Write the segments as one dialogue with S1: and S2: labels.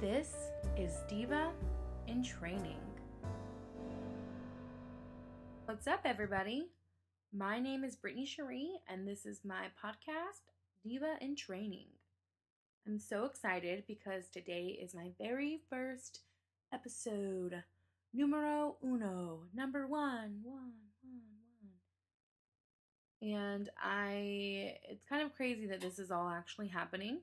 S1: This is Diva in Training. What's up, everybody? My name is Brittany Cherie, and this is my podcast, Diva in Training. I'm so excited because today is my very first episode, numero uno, number one, one, one, one. And I, it's kind of crazy that this is all actually happening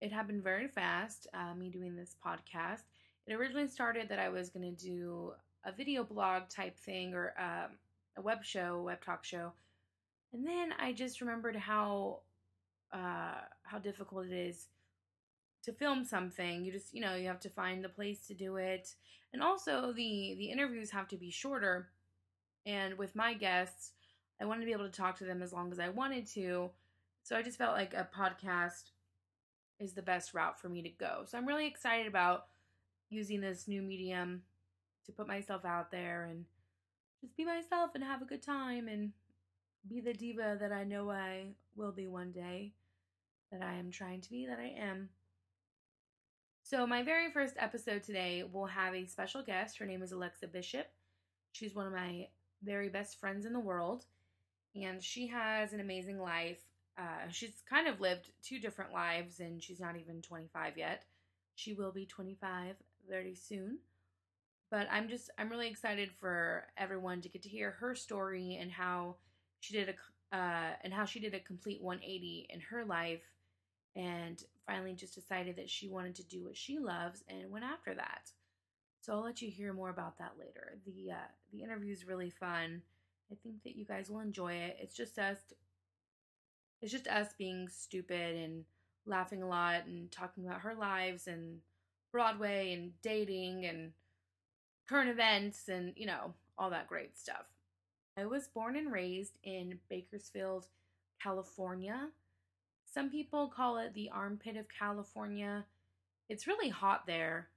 S1: it happened very fast uh, me doing this podcast it originally started that i was going to do a video blog type thing or um, a web show web talk show and then i just remembered how uh, how difficult it is to film something you just you know you have to find the place to do it and also the the interviews have to be shorter and with my guests i wanted to be able to talk to them as long as i wanted to so i just felt like a podcast is the best route for me to go. So I'm really excited about using this new medium to put myself out there and just be myself and have a good time and be the diva that I know I will be one day, that I am trying to be, that I am. So, my very first episode today will have a special guest. Her name is Alexa Bishop. She's one of my very best friends in the world, and she has an amazing life. Uh, she's kind of lived two different lives and she's not even 25 yet. She will be 25 very soon. But I'm just, I'm really excited for everyone to get to hear her story and how she did a, uh, and how she did a complete 180 in her life and finally just decided that she wanted to do what she loves and went after that. So I'll let you hear more about that later. The, uh, the interview is really fun. I think that you guys will enjoy it. It's just us it's just us being stupid and laughing a lot and talking about her lives and Broadway and dating and current events and, you know, all that great stuff. I was born and raised in Bakersfield, California. Some people call it the armpit of California. It's really hot there,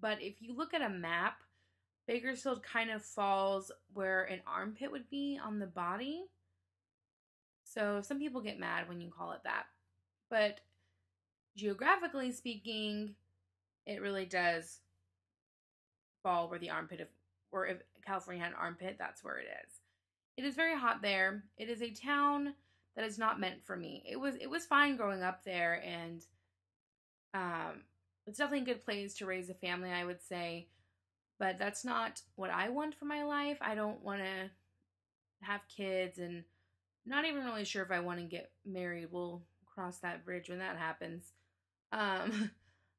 S1: but if you look at a map, Bakersfield kind of falls where an armpit would be on the body. So some people get mad when you call it that. But geographically speaking, it really does fall where the armpit of or if California had an armpit, that's where it is. It is very hot there. It is a town that is not meant for me. It was it was fine growing up there and um it's definitely a good place to raise a family, I would say. But that's not what I want for my life. I don't want to have kids and not even really sure if I want to get married. We'll cross that bridge when that happens. Um,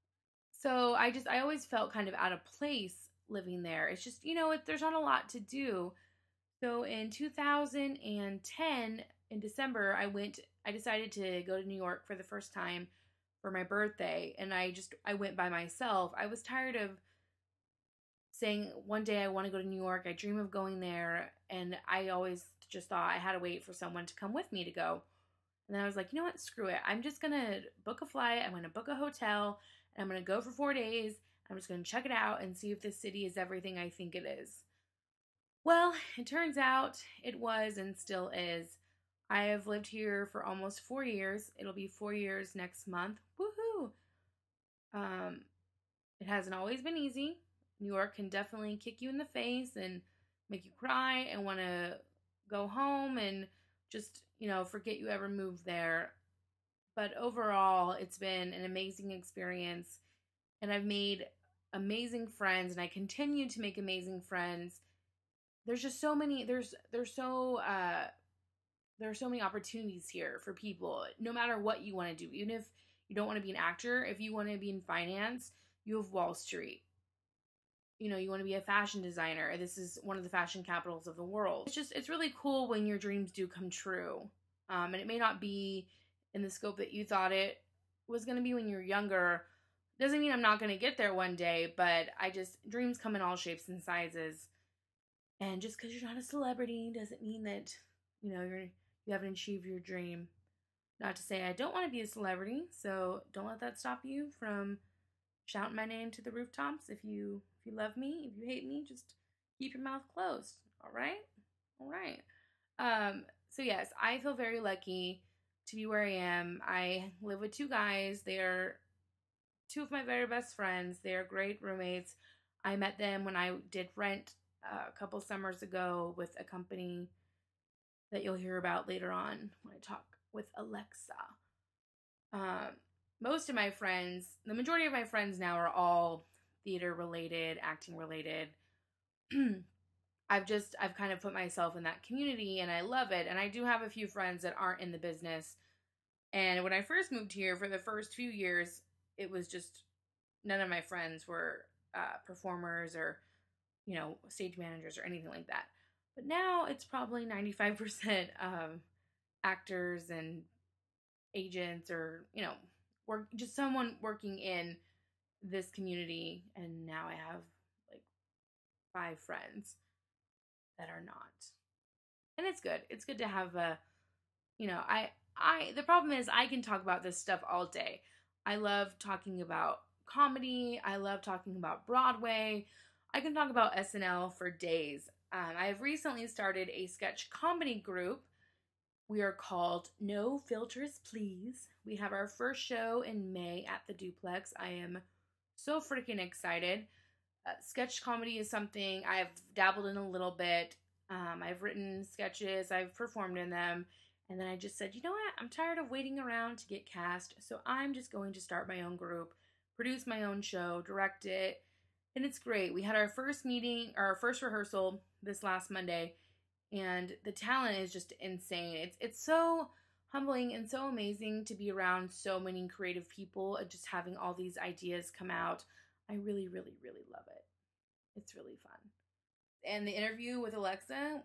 S1: so I just I always felt kind of out of place living there. It's just you know it, there's not a lot to do. So in 2010 in December I went I decided to go to New York for the first time for my birthday and I just I went by myself. I was tired of saying one day I want to go to New York. I dream of going there. And I always just thought I had to wait for someone to come with me to go. And I was like, you know what? Screw it. I'm just going to book a flight. I'm going to book a hotel and I'm going to go for four days. I'm just going to check it out and see if this city is everything I think it is. Well, it turns out it was and still is. I have lived here for almost four years. It'll be four years next month. Woohoo! Um, it hasn't always been easy. New York can definitely kick you in the face and make you cry and want to go home and just, you know, forget you ever moved there. But overall, it's been an amazing experience and I've made amazing friends and I continue to make amazing friends. There's just so many there's there's so uh there are so many opportunities here for people no matter what you want to do. Even if you don't want to be an actor, if you want to be in finance, you have Wall Street you know you want to be a fashion designer this is one of the fashion capitals of the world it's just it's really cool when your dreams do come true um, and it may not be in the scope that you thought it was going to be when you were younger doesn't mean i'm not going to get there one day but i just dreams come in all shapes and sizes and just because you're not a celebrity doesn't mean that you know you're you haven't achieved your dream not to say i don't want to be a celebrity so don't let that stop you from shouting my name to the rooftops if you if you love me, if you hate me, just keep your mouth closed. All right? All right. Um, so, yes, I feel very lucky to be where I am. I live with two guys. They are two of my very best friends. They are great roommates. I met them when I did rent uh, a couple summers ago with a company that you'll hear about later on when I talk with Alexa. Um, most of my friends, the majority of my friends now are all theater related, acting related. I've just, I've kind of put myself in that community and I love it. And I do have a few friends that aren't in the business. And when I first moved here for the first few years, it was just none of my friends were uh, performers or, you know, stage managers or anything like that. But now it's probably 95% um, actors and agents or, you know, work just someone working in this community and now I have like five friends that are not. And it's good. It's good to have a you know, I I the problem is I can talk about this stuff all day. I love talking about comedy. I love talking about Broadway. I can talk about SNL for days. Um, I've recently started a sketch comedy group. We are called No Filters Please. We have our first show in May at the Duplex. I am so freaking excited. Uh, sketch comedy is something I've dabbled in a little bit. Um, I've written sketches, I've performed in them. And then I just said, you know what? I'm tired of waiting around to get cast, so I'm just going to start my own group, produce my own show, direct it. And it's great. We had our first meeting, our first rehearsal this last Monday, and the talent is just insane. It's it's so humbling and so amazing to be around so many creative people and just having all these ideas come out. I really, really, really love it. It's really fun. And the interview with Alexa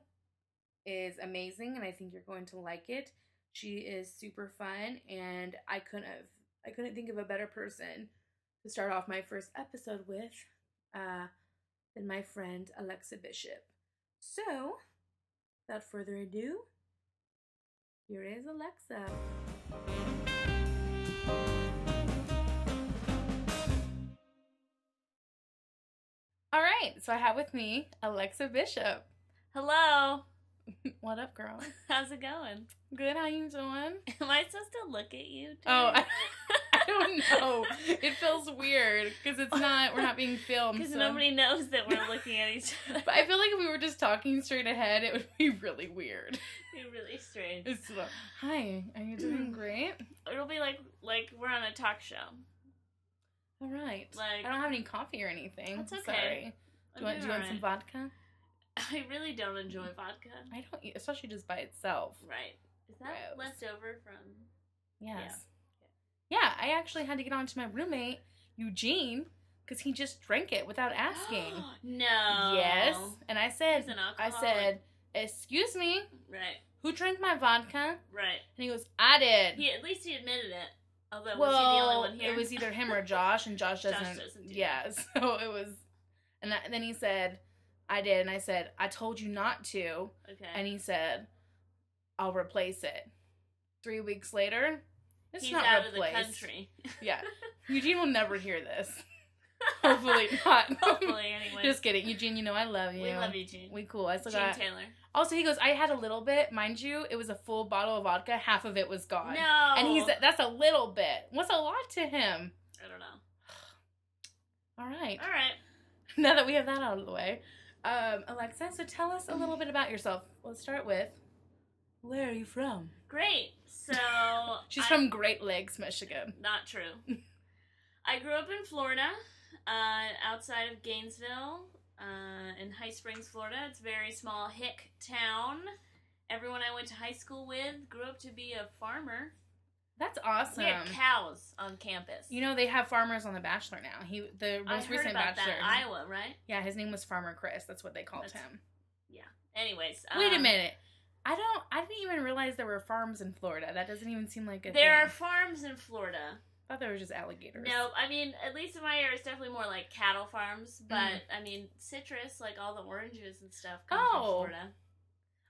S1: is amazing and I think you're going to like it. She is super fun and I couldn't have, I couldn't think of a better person to start off my first episode with uh, than my friend Alexa Bishop. So, without further ado, here is Alexa. All right, so I have with me Alexa Bishop.
S2: Hello.
S1: What up, girl?
S2: How's it going?
S1: Good, how you doing?
S2: Am I supposed to look at you? dude?
S1: Oh, I, I don't know. It feels weird because it's not. We're not being filmed.
S2: Because
S1: so-
S2: nobody knows that we're looking at each other.
S1: But I feel like if we were just talking straight ahead, it would be really weird.
S2: It'd be really strange.
S1: It's like, hi, are you doing great?
S2: It'll be like like we're on a talk show.
S1: All right.
S2: Like-
S1: I don't have any coffee or anything.
S2: That's okay.
S1: Sorry.
S2: Oh,
S1: Do you want, do you want some vodka?
S2: I really don't enjoy vodka.
S1: I don't,
S2: e,
S1: eat, especially just by itself.
S2: Right. Is that
S1: Gross.
S2: leftover from?
S1: Yes. Yeah. I actually had to get on to my roommate Eugene because he just drank it without asking.
S2: no.
S1: Yes, and I said,
S2: He's an
S1: I
S2: alcoholic.
S1: said, excuse me,
S2: Right.
S1: who drank my vodka?
S2: Right.
S1: And he goes, I did.
S2: He at least he admitted it. Although was he the only
S1: well,
S2: one here?
S1: it was either him or Josh, and Josh
S2: Josh
S1: doesn't.
S2: doesn't do
S1: yeah, so it was, and, I, then he said, I did, and I said, I told you not to,
S2: okay.
S1: and he said, I'll replace it. Three weeks later, it's
S2: He's
S1: not
S2: out
S1: replaced.
S2: of the country.
S1: Yeah, Eugene will never hear this. Hopefully not.
S2: Hopefully, anyway.
S1: Just kidding, Eugene. You know I love you.
S2: We love you, Gene.
S1: We cool. I still
S2: Gene
S1: got
S2: Taylor.
S1: Also, he goes, I had a little bit, mind you, it was a full bottle of vodka, half of it was gone.
S2: No.
S1: And he said, That's a little bit. What's a lot to him?
S2: I don't know.
S1: All right.
S2: All right.
S1: Now that we have that out of the way, um, Alexa, so tell us a little bit about yourself. Let's start with Where are you from?
S2: Great. So
S1: She's
S2: I-
S1: from Great Lakes, Michigan.
S2: Not true. I grew up in Florida, uh, outside of Gainesville, uh, in High Springs, Florida. It's a very small hick town. Everyone I went to high school with grew up to be a farmer.
S1: That's awesome.
S2: We had cows on campus.
S1: You know, they have farmers on The Bachelor now. He the
S2: I
S1: most
S2: heard
S1: recent
S2: about
S1: bachelor.
S2: that. Iowa, right?
S1: yeah, his name was Farmer Chris. That's what they called
S2: That's-
S1: him.
S2: Anyways,
S1: Wait a
S2: um,
S1: minute. I don't I didn't even realize there were farms in Florida. That doesn't even seem like a
S2: There
S1: thing.
S2: are farms in Florida.
S1: I thought they were just alligators.
S2: No, I mean, at least in my area, it's definitely more like cattle farms.
S1: Mm-hmm.
S2: But I mean, citrus, like all the oranges and stuff, come from
S1: Oh.
S2: Florida.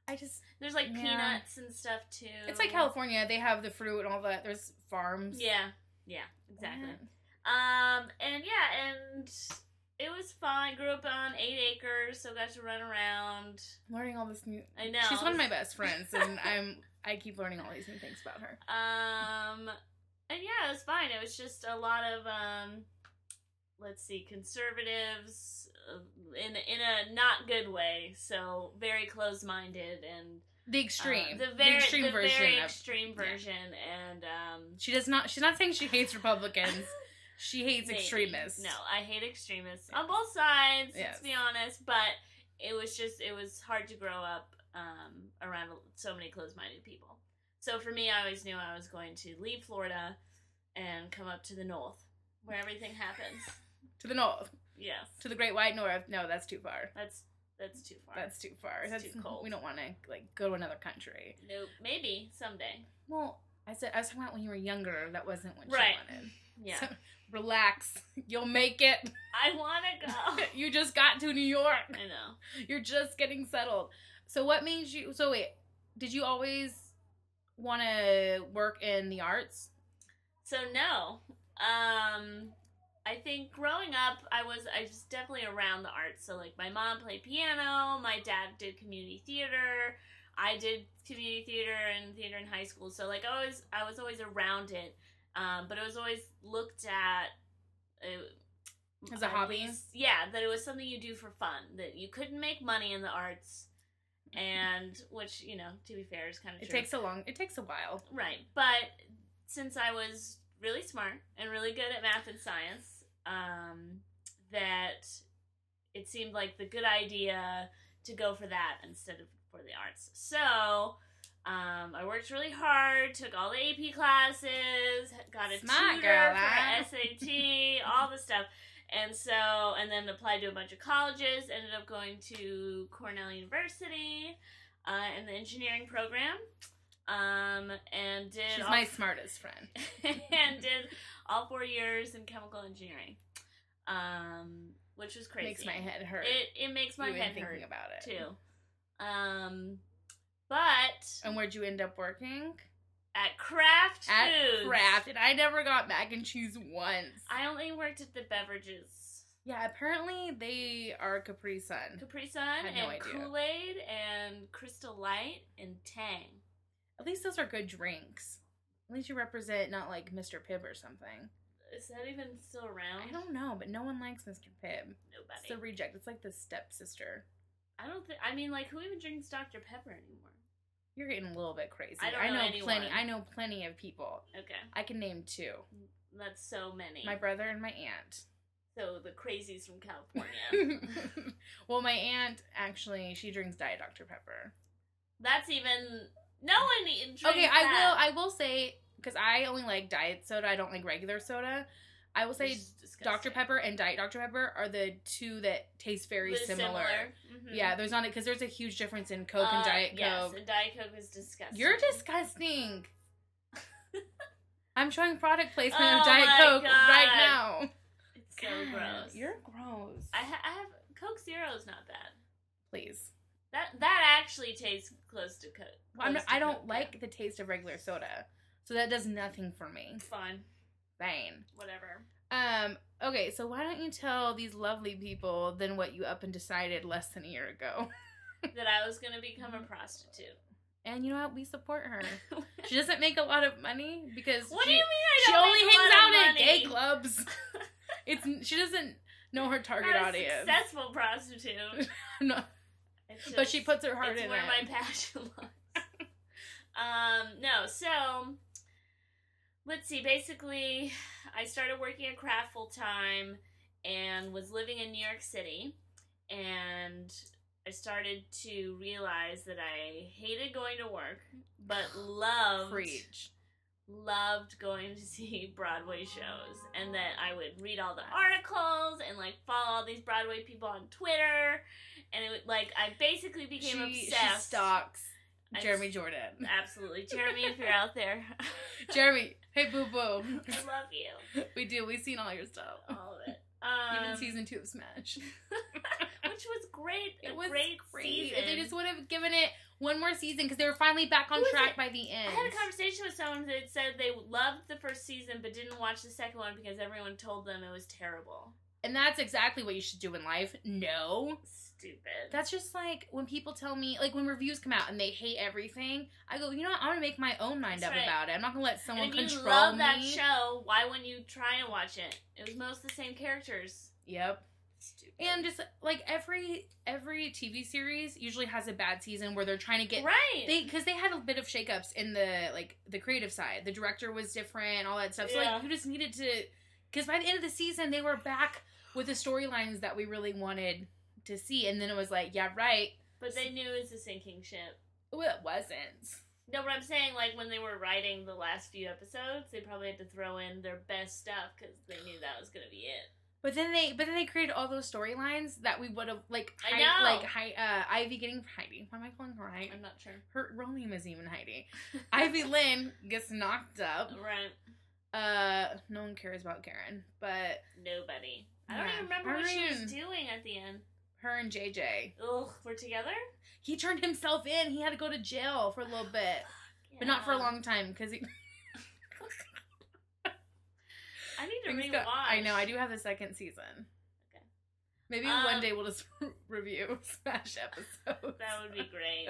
S1: I just
S2: There's like
S1: Yeah.
S2: peanuts and stuff too.
S1: it's like California, they have the fruit and all that. There's farms.
S2: Yeah, yeah, exactly.
S1: What?
S2: Um, and yeah, and it was fun. Grew up on eight acres, so got to run around.
S1: I'm learning all this new
S2: I know.
S1: She's one of my best friends and I'm I keep learning all these new things about her.
S2: Um, and yeah, it was fine. It was just a lot of um, let's see, conservatives uh, in in a not good way. So very closed minded and
S1: The
S2: uh,
S1: extreme.
S2: the very
S1: extreme
S2: the
S1: version
S2: very
S1: of-
S2: extreme
S1: yeah.
S2: version, and um,
S1: She does not she's not saying she hates Republicans. she hates
S2: Maybe.
S1: extremists.
S2: No, I hate extremists
S1: Yeah.
S2: on both sides.
S1: Yes.
S2: Let's be honest, but it was just it was hard to grow up um, around so many closed-minded people. So for me, I always knew I was going to leave Florida and come up to the north, where everything happens.
S1: To the north.
S2: yes,
S1: To the great white north. No, that's too far.
S2: that's that's too far.
S1: That's too far.
S2: It's
S1: that's
S2: too cold.
S1: We don't want to like go to another country.
S2: nope. Maybe someday.
S1: Well, I said I was talking about when you were younger. That wasn't what
S2: Right.
S1: you wanted.
S2: Yeah,
S1: So, relax. You'll make it.
S2: I want to go.
S1: you just got to New York.
S2: I know.
S1: You're just getting settled. So what made you? So wait, did you always want to work in the arts?
S2: So no. Um I think growing up I was I was definitely around the arts. So like my mom played piano, my dad did community theater, I did community theater and theater in high school. So like I was I was always around it. Um but it was always looked at uh,
S1: As a
S2: at
S1: hobby?
S2: least- yeah, that it was something you do for fun. That you couldn't make money in the arts, and which you know, to be fair, is kind of
S1: It
S2: true.
S1: takes a long. It takes a while.
S2: Right. But since I was really smart and really good at math and science, um, that it seemed like the good idea to go for that instead of for the arts. So um, I worked really hard, took all the AP classes, got a
S1: Smart
S2: tutor
S1: girl, huh?
S2: for SAT, all the stuff. And so, and then applied to a bunch of colleges, ended up going to Cornell University uh, in the engineering program. Um, and did
S1: She's
S2: all-
S1: my smartest friend.
S2: and did all four years in chemical engineering, um, which was crazy.
S1: Makes my head hurt.
S2: It it makes my
S1: even
S2: head
S1: thinking
S2: hurt
S1: about it
S2: too. Um, but
S1: And where'd you end up working?
S2: at Kraft
S1: At
S2: Foods,
S1: Kraft, and I never got mac and cheese once.
S2: I only worked at the beverages,
S1: yeah, apparently they are Capri Sun.
S2: Capri Sun
S1: had no idea.
S2: and Kool Aid and Crystal Light and Tang.
S1: At least those are good drinks. At least you represent not like Mr. Pibb or something.
S2: Is that even still around?
S1: I don't know, but no one likes Mr. Pibb.
S2: Nobody.
S1: It's the reject. It's like the stepsister.
S2: I don't think. I mean, like, who even drinks Dr Pepper anymore?
S1: You're getting a little bit crazy.
S2: I don't know anyone.
S1: plenty. I know plenty of people.
S2: Okay,
S1: I can name two:
S2: that's so many.
S1: my brother and my aunt.
S2: So the crazies from California.
S1: well, my aunt actually she drinks Diet Dr Pepper.
S2: That's even no one e- drinks.
S1: okay, I
S2: that.
S1: will. I will say because I only like diet soda. I don't like regular soda. I will say
S2: Which is disgusting.
S1: Dr Pepper and Diet Dr Pepper are the two that taste very
S2: But it's
S1: similar.
S2: Mhm.
S1: Yeah, there's not because there's a huge difference in Coke and
S2: Uh,
S1: Diet Coke.
S2: Yes, and Diet Coke is disgusting.
S1: You're disgusting. I'm showing product placement
S2: Oh
S1: of Diet
S2: my
S1: Coke right
S2: God.
S1: now.
S2: It's so
S1: God,
S2: gross.
S1: You're gross.
S2: I, ha- I have Coke Zero is not bad.
S1: Please.
S2: That that actually tastes close to Coke.
S1: Well, I'm
S2: close
S1: not,
S2: to
S1: I don't
S2: Coke, yeah.
S1: like the taste of regular soda, so that does nothing for me.
S2: Fine,
S1: Fine.
S2: whatever.
S1: Um. Okay. So why don't you tell these lovely people then what you up and decided less than a year ago?
S2: that I was gonna become
S1: Mm-hmm.
S2: a prostitute.
S1: And you know what? We support her. she doesn't make a lot of money because
S2: what
S1: she,
S2: do you mean? I
S1: she
S2: don't
S1: only
S2: make a
S1: hangs
S2: lot
S1: out
S2: of
S1: at gay
S2: money?
S1: clubs. It's she doesn't know her target
S2: Not a
S1: audience.
S2: successful prostitute.
S1: No,
S2: It's
S1: but she
S2: just-
S1: puts her heart
S2: it's
S1: in
S2: where
S1: it.
S2: my passion lies. um, no, so let's see. Basically, I started working at Kraft full time and was living in New York City, and I started to realize that I hated going to work, but loved
S1: Preach.
S2: loved going to see Broadway shows and that I would read all the articles and like follow all these Broadway people on Twitter and it would, like I basically became
S1: she, she
S2: obsessed.
S1: stalks
S2: I-
S1: Jeremy Jordan.
S2: Absolutely. Jeremy, if you're out there,
S1: Jeremy, hey boo boo.
S2: I love you.
S1: We do. We've seen all your stuff.
S2: All of it. Um,
S1: Even season two of Smash.
S2: which was great.
S1: It
S2: a
S1: was
S2: great,
S1: great.
S2: season.
S1: If they just would have given it one more season because they were finally back on
S2: Who is
S1: track
S2: it?
S1: by the
S2: I
S1: end.
S2: had a conversation with someone that said they loved the first season but didn't watch the second one because everyone told them it was terrible.
S1: And that's exactly what you should do in life. No.
S2: Stupid.
S1: That's just like when people tell me, like when reviews come out and they hate everything. I go, you know what? I'm gonna make my own mind
S2: That's
S1: up
S2: right.
S1: about it. I'm not gonna let
S2: and
S1: someone
S2: if you
S1: control
S2: love
S1: me.
S2: that show, why wouldn't you try and watch it? It was most the same characters.
S1: Yep.
S2: Stupid.
S1: And just like every every TV series usually has a bad season where they're trying to get
S2: right.
S1: they because they had a bit of shakeups in the like the creative side. The director was different, all that stuff. So
S2: Yeah.
S1: like you just needed to because by the end of the season they were back with the storylines that we really wanted to see, and then it was like, yeah, right.
S2: but they knew it was a sinking ship.
S1: Well, it wasn't.
S2: No, but I'm saying, like, when they were writing the last few episodes, they probably had to throw in their best stuff because they knew that was going to be it.
S1: But then they, but then they created all those storylines that we would have like,
S2: I
S1: Hei-
S2: know.
S1: like Hei- uh, Ivy getting Heidi. Why am I calling her Heidi?
S2: I'm not sure.
S1: Her real name is even Heidi. Ivy Lynn gets knocked up.
S2: Right.
S1: Uh, no one cares about Karen, but
S2: Nobody. I don't
S1: Yeah.
S2: even remember what she was
S1: Irene.
S2: doing at the end.
S1: her and JJ.
S2: Ugh, we're together?
S1: He turned himself in. He had to go to jail for a little bit, but not for a
S2: Yeah.
S1: long time because he.
S2: I need to
S1: things
S2: rewatch.
S1: got- I know. I do have the second season.
S2: Okay.
S1: Maybe
S2: Um,
S1: one day we'll just review Smash episodes.
S2: That would be great.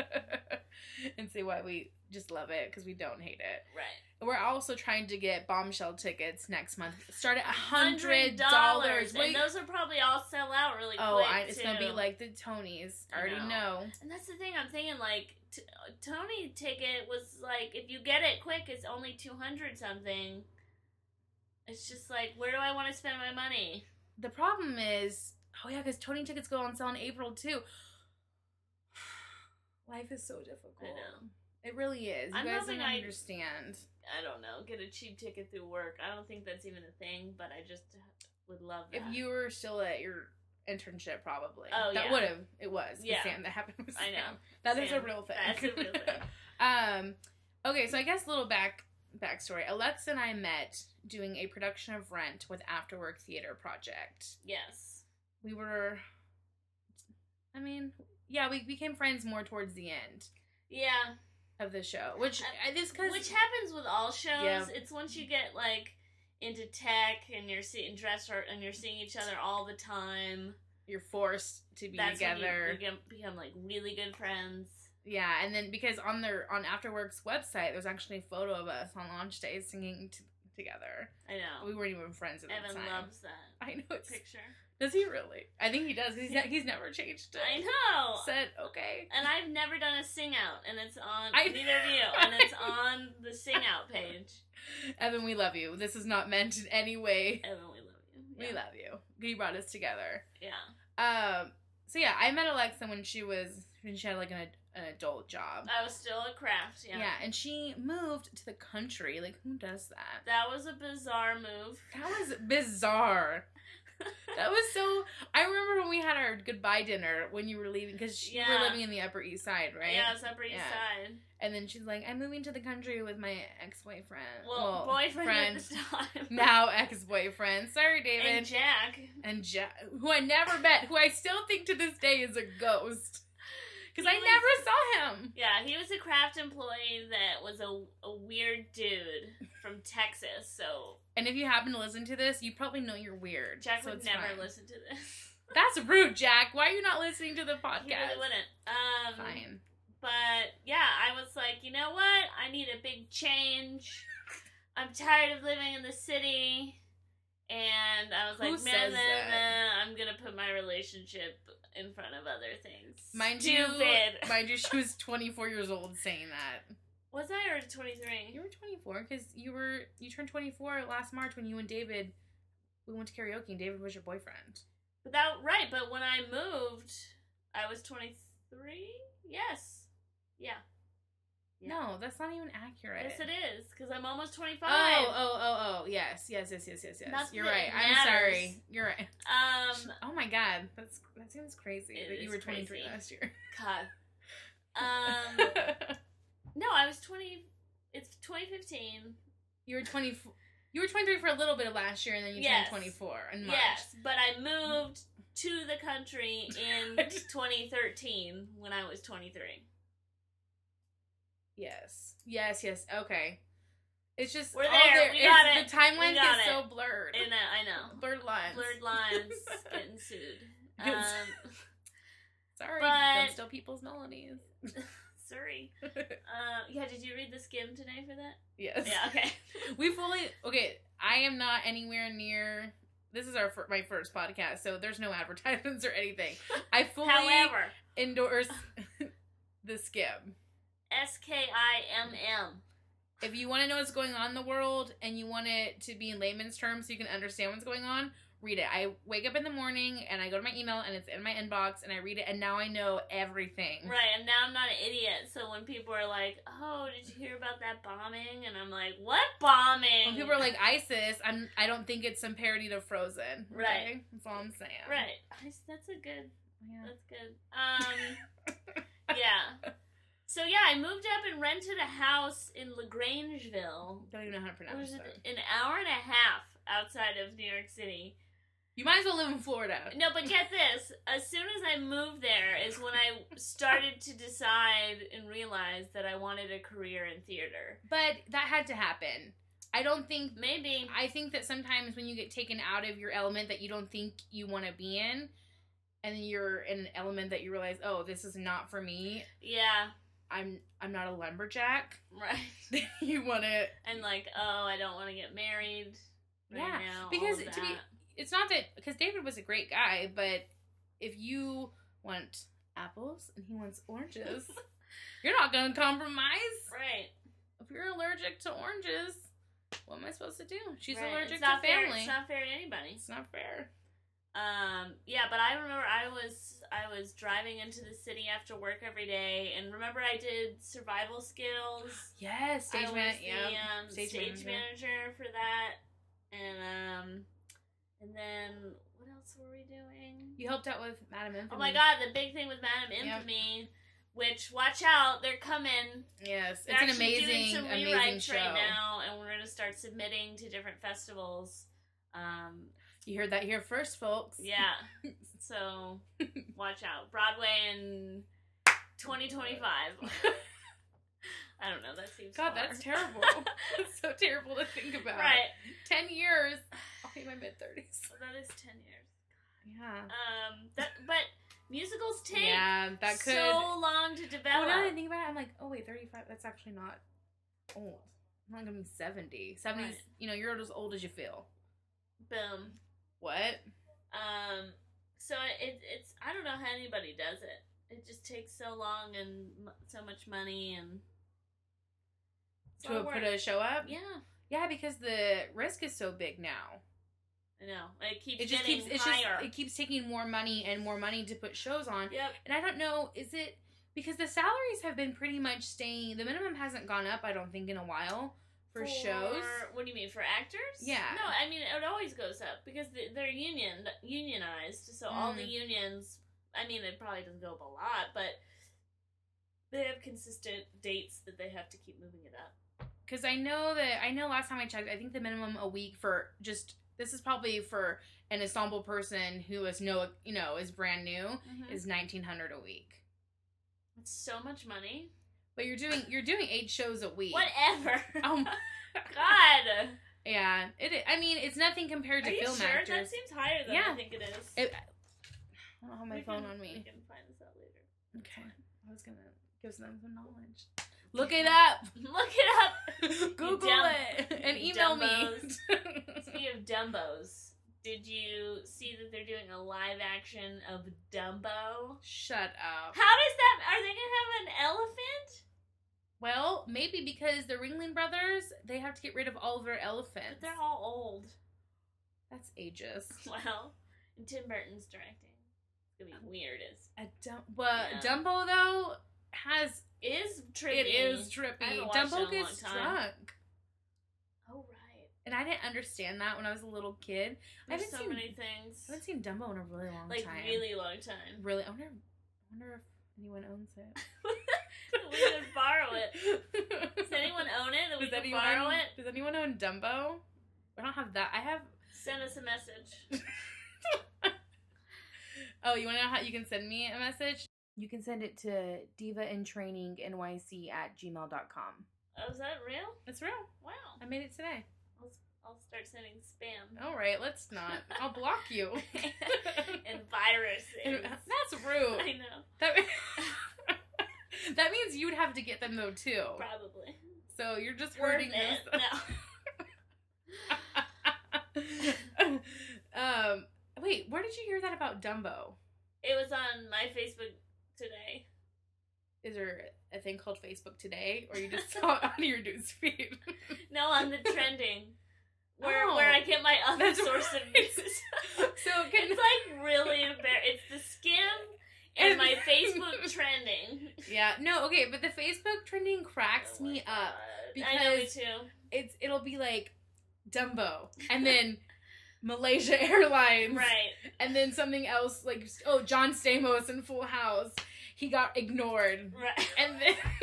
S1: and see why we just love it because we don't hate it.
S2: Right.
S1: We're also trying to get bombshell tickets next month. Start at hundred
S2: Hundred
S1: dollars.
S2: dollars, and those will probably all sell out really
S1: Oh,
S2: quick.
S1: I, it's gonna be
S2: too.
S1: like the Tonys. I
S2: I
S1: already
S2: know.
S1: know.
S2: And that's the thing I'm thinking. Like, t- Tony ticket was like, if you get it quick, it's only two hundred something. It's just like, where do I want to spend my money?
S1: The problem is, oh yeah, because Tony tickets go on sale in April too. Life is so difficult.
S2: I know.
S1: It really is. You
S2: I'm
S1: guys
S2: hoping
S1: don't
S2: I-
S1: understand.
S2: I don't know. Get a cheap ticket through work. I don't think that's even a thing, but I just would love that.
S1: If you were still at your internship, probably.
S2: Oh,
S1: that
S2: yeah.
S1: would have. It was. 'cause
S2: Yeah.
S1: Sam, that happened with Sam.
S2: I know.
S1: That is a
S2: Sam,
S1: real thing.
S2: that's a real thing.
S1: um, okay, so I guess a little back backstory. Alexa and I met doing a production of Rent with Afterwork Theater Project.
S2: yes,
S1: We were, I mean, yeah, we became friends more towards the end
S2: yeah.
S1: of the show, which I this because
S2: Uh, Which happens with all shows.
S1: Yeah.
S2: It's once you get like into tech and you're seeing dress art and you're seeing each other all the time.
S1: you're forced to be
S2: That's when you-
S1: together.
S2: you, get- become like really good friends.
S1: Yeah, and then because on their on Afterworks website, there's actually a photo of us on launch day singing t- together.
S2: I know.
S1: We weren't even friends at the
S2: Oh. Evan
S1: time.
S2: loves that
S1: I know. It's,
S2: picture.
S1: does he really? I think he does. He's ne- he's never changed it.
S2: I know.
S1: Said okay.
S2: and I've never done a sing out, and it's on
S1: I-
S2: neither of you, and it's on the sing out page.
S1: Evan, we love you. This is not meant in any way.
S2: Evan, we love you.
S1: We love you. He brought us together.
S2: Yeah.
S1: Um. So yeah, I met Alexa when she was when she had like an, ad- an adult job.
S2: I was still at craft. Oh, Yeah.
S1: yeah, and she moved to the country. Like, who does that?
S2: That was a bizarre move.
S1: That was bizarre. That was so. I remember when we had our goodbye dinner when you were leaving because you
S2: Yeah.
S1: were living in the Upper East Side, right?
S2: Yeah, it's Upper East
S1: Yeah.
S2: Side.
S1: And then she's like, "I'm moving to the country with my ex-boyfriend."
S2: Well, boyfriend
S1: friend.
S2: at this time.
S1: now ex-boyfriend. Sorry,
S2: and
S1: David.
S2: Jack.
S1: And, Jack, who I never met, who I still think to this day is a ghost, because I
S2: He was-
S1: never saw him.
S2: Yeah, he was a craft employee that was a, a weird dude from Texas. So
S1: And if you happen to listen to this, you probably know you're weird.
S2: Jack
S1: so
S2: would
S1: it's
S2: never
S1: fine.
S2: listen to this.
S1: That's rude, Jack. Why are you not listening to the podcast?
S2: He really wouldn't. Um,
S1: Fine.
S2: But yeah, I was like, you know what? I need a big change. I'm tired of living in the city. And I was
S1: Who
S2: like, man,
S1: says that?
S2: I'm gonna put my relationship in front of other things.
S1: Mind you,
S2: Stupid.
S1: mind you, she was 24 years old saying that.
S2: was I or 23?
S1: You were 24 because you were you turned 24 last March when you and David we went to karaoke and David was your boyfriend.
S2: But that right, but when I moved, I was 23. Yes. Yeah. Yeah.
S1: No, that's not even accurate.
S2: Yes, it is because I'm almost 25.
S1: Oh, oh, oh, oh, yes, yes, yes, yes, yes, yes.
S2: Not
S1: You're
S2: that
S1: right.
S2: it
S1: I'm sorry.
S2: matters.
S1: You're right.
S2: Um.
S1: oh my god, that's that seems crazy
S2: It
S1: that you
S2: is
S1: were 23
S2: crazy.
S1: last year.
S2: God. Um. no, I was 20. It's 2015.
S1: you were 20. You were 23 for a little bit of last year, and then you
S2: Yes.
S1: turned 24 in March.
S2: Yes, but I moved to the country in 2013 when I was 23.
S1: Yes. Yes, yes. Okay. It's just
S2: We're
S1: all
S2: there. We got
S1: It's-
S2: it.
S1: The timeline
S2: We got
S1: gets
S2: it.
S1: so blurred.
S2: And uh, I, I know
S1: blurred lines.
S2: blurred lines. ensued.
S1: Yes.
S2: Um,
S1: Sorry,
S2: But-
S1: don't steal people's melodies.
S2: sorry. Uh, yeah, did you read the skim today for that?
S1: yes.
S2: Yeah, okay.
S1: We fully okay. I am not anywhere near. This is our fir- my first podcast, so there's no advertisements or anything. I fully
S2: However,
S1: endorse the skim.
S2: S K I M M.
S1: If you want to know what's going on in the world and you want it to be in layman's terms so you can understand what's going on, read it. I wake up in the morning and I go to my email and it's in my inbox and I read it and now I know everything.
S2: Right, and now I'm not an idiot. So when people are like, "Oh, did you hear about that bombing?" and I'm like, "What bombing?"
S1: When people are like ISIS, I'm I don't think it's some parody to Frozen. okay?
S2: Right.
S1: That's all I'm saying.
S2: "Right, I s- that's a good,
S1: Yeah.
S2: that's good." Um, yeah. So yeah, I moved up and rented a house in Lagrangeville,
S1: Don't even know how to
S2: It was
S1: pronounce
S2: an
S1: it.
S2: an hour and a half outside of New York City.
S1: You might as well live in Florida.
S2: No, but get this. As soon as I moved there is when I started to decide and realize that I wanted a career in theater.
S1: But that had to happen. I don't think
S2: Maybe.
S1: I think that sometimes when you get taken out of your element that you don't think you want to be in, and then you're in an element that you realize, oh, this is not for me.
S2: Yeah,
S1: I'm I'm not a lumberjack.
S2: right.
S1: you want to,
S2: And like, oh, I don't want to get married. Right
S1: yeah,
S2: now, all
S1: because
S2: of
S1: to be,
S2: that.
S1: it's not that because David was a great guy, but if you want apples and he wants oranges, you're not going to compromise.
S2: Right.
S1: If you're allergic to oranges, what am I supposed to do? She's
S2: right.
S1: allergic
S2: It's not
S1: to
S2: fair-
S1: family.
S2: It's not fair to anybody.
S1: it's not fair.
S2: Um, yeah, but I remember I was I was driving into the city after work every day, and remember I did survival skills.
S1: Yes,
S2: I
S1: stage
S2: was
S1: man.
S2: the,
S1: Yeah,
S2: um, stage, manager. for that, and um, and then what else were we doing?
S1: You helped out with Madam Infamy.
S2: oh my god, the big thing with Madam Infamy, which watch out, they're coming.
S1: Yes,
S2: They're
S1: it's an
S2: actually
S1: amazing,
S2: doing some
S1: amazing
S2: rewrites
S1: show.
S2: right now, and we're gonna start submitting to different festivals. Um,
S1: You heard that here first, folks.
S2: yeah, so watch out, Broadway in 2025. I don't know. That seems
S1: God,
S2: far.
S1: that's terrible. it's so terrible to think about.
S2: right.
S1: Ten years. I'll be in my mid thirties.
S2: That is 10 years.
S1: Yeah.
S2: Um, that, but musicals take
S1: yeah, that could.
S2: so long to
S1: well, now that I
S2: develop.
S1: think about it, I'm like, oh wait, 35. That's actually not old. I'm not gonna be 70. 70s.
S2: Right.
S1: You know, you're as old as you feel.
S2: Boom.
S1: What?
S2: Um, so it, it's I don't know how anybody does it. It just takes so long and m- so much money and it's
S1: to
S2: lot of
S1: put
S2: work.
S1: a show up?
S2: yeah.
S1: Yeah, because the risk is so big now.
S2: I know it keeps
S1: It just
S2: getting
S1: keeps it's just
S2: higher.
S1: it keeps taking more money and more money to put shows on.
S2: yep.
S1: And I don't know, is it because the salaries have been pretty much staying the minimum hasn't gone up, I don't think, in a while for, shows.
S2: What do you mean for actors?
S1: Yeah.
S2: No, I mean it always goes up because they- they're union unionized. So all the
S1: Mhm.
S2: unions, I mean, it probably doesn't go up a lot, but they have consistent dates that they have to keep moving it up.
S1: Because I know that I know last time I checked, I think the minimum a week for just this is probably for an ensemble person who is no you know, is brand new
S2: Mm-hmm.
S1: is nineteen hundred a week.
S2: It's so much money.
S1: But you're doing you're doing eight shows a week.
S2: Whatever.
S1: Oh my
S2: God.
S1: Yeah, it. i- I mean, it's nothing compared
S2: Are
S1: to
S2: you
S1: film
S2: sure? That
S1: actors.
S2: seems higher than
S1: Yeah.
S2: I think it is.
S1: It- I don't have my
S2: We
S1: phone
S2: can-
S1: on
S2: We
S1: me.
S2: can find this out later.
S1: Okay, I was gonna give them some knowledge. Look it up.
S2: Look it up.
S1: Google
S2: dumb-
S1: it and
S2: you
S1: email
S2: dumbos.
S1: me.
S2: Speaking of Dumbos, did you see that they're doing a live action of Dumbo?
S1: Shut
S2: How
S1: up.
S2: does that? Are they gonna have an elephant?
S1: Well, maybe because the Ringling Brothers, they have to get rid of all of their
S2: But
S1: elephants.
S2: they're all old.
S1: That's ageist.
S2: Well, and Tim Burton's directing. It's
S1: Oh.
S2: gonna be weird. Is
S1: A dum- well,
S2: Yeah.
S1: Dumbo though has
S2: is tricky.
S1: it is
S2: I
S1: trippy.
S2: haven't watched it in a
S1: Dumbo
S2: long
S1: gets
S2: time.
S1: drunk,
S2: Oh right.
S1: and I didn't understand that when I was a little kid. I
S2: There's
S1: haven't
S2: so
S1: seen-
S2: many things.
S1: I haven't seen Dumbo in a really long
S2: like
S1: time.
S2: really long time.
S1: Really, I wonder. I wonder if anyone owns it.
S2: we can borrow it. Does anyone own it that we
S1: Does
S2: can
S1: anyone,
S2: borrow it?
S1: Does anyone own Dumbo? I don't have that. I have.
S2: Send us a message.
S1: Oh, you want to know how you can send me a message? You can send it to divaintrainingnyc at gmail.com.
S2: Oh, is that real?
S1: It's real.
S2: Wow.
S1: I made it today.
S2: Let's- I'll start sending spam
S1: All right, let's not. I'll block you.
S2: and viruses.
S1: That's rude.
S2: I know,
S1: That, that means you'd have to get them though too.
S2: probably.
S1: So you're just
S2: Worth
S1: Oh. hurting
S2: it.
S1: yourself.
S2: No.
S1: um, wait, where did you hear that about Dumbo?
S2: It was on my Facebook today.
S1: Is there a thing called Facebook today, or you just saw it on your newsfeed?
S2: No, on the trending. Where
S1: Oh.
S2: where I get my other
S1: That's
S2: source of
S1: right.
S2: news.
S1: so can
S2: it's like really embarrassing. It's the skim and
S1: And-
S2: my Facebook trending.
S1: yeah, no, okay, but the Facebook trending cracks
S2: Oh my
S1: me up.
S2: God. I know me
S1: because-
S2: too.
S1: It's it'll be like Dumbo, and then Malaysia Airlines,
S2: Right.
S1: and then something else like oh John Stamos in Full House, he got ignored,
S2: Right.
S1: and then.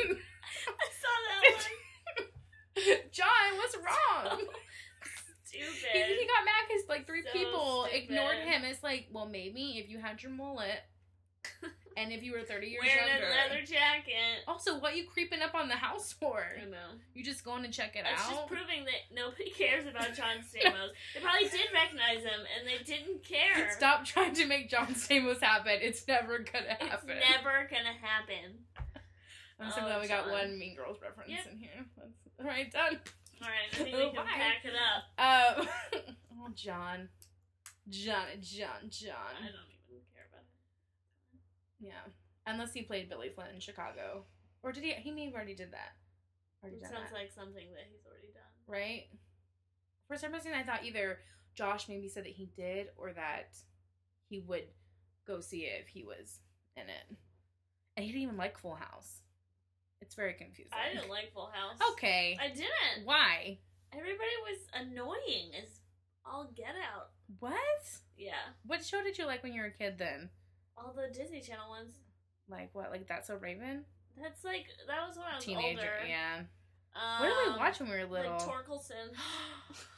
S2: I saw
S1: John, what's
S2: that
S1: wrong?
S2: one.
S1: He, he
S2: Stupid.
S1: got mad because like three
S2: So
S1: people
S2: stupid.
S1: ignored him. It's like, well, maybe if you had your mullet, and if you were thirty years
S2: Wearing
S1: younger.
S2: a leather jacket.
S1: Also, what you creeping up on the house for?
S2: I know.
S1: You just going to check it
S2: It's just
S1: out?
S2: proving that nobody cares about John Stamos. they probably did recognize him, and they didn't care.
S1: Stop trying to make John Stamos happen. It's never gonna
S2: It's
S1: happen.
S2: never gonna happen.
S1: I'm so
S2: Oh,
S1: glad we got
S2: John.
S1: one Mean Girls reference
S2: Yep.
S1: in here. That's all right, done.
S2: All right, I think
S1: Oh,
S2: we can
S1: why?
S2: pack it up.
S1: Uh, oh, John, John, John, John.
S2: I don't even care about it.
S1: Yeah. Unless he played Billy Flint in Chicago. Or did he? He may have already did that. Already
S2: It
S1: done
S2: sounds
S1: that.
S2: like something that he's already done.
S1: right? For some reason, I thought either Josh maybe said that he did or that he would go see it if he was in it. And he didn't even like Full House. It's very confusing.
S2: I didn't like Full House.
S1: Okay.
S2: I didn't.
S1: Why?
S2: Everybody was annoying as all get out.
S1: What?
S2: Yeah.
S1: What show did you like when you were a kid then?
S2: All the Disney Channel ones.
S1: Like what? Like That's So Raven?
S2: That's like, that was when I was
S1: Teenager.
S2: older.
S1: Yeah.
S2: Um,
S1: What did we watch when we were little?
S2: Like Torkelson.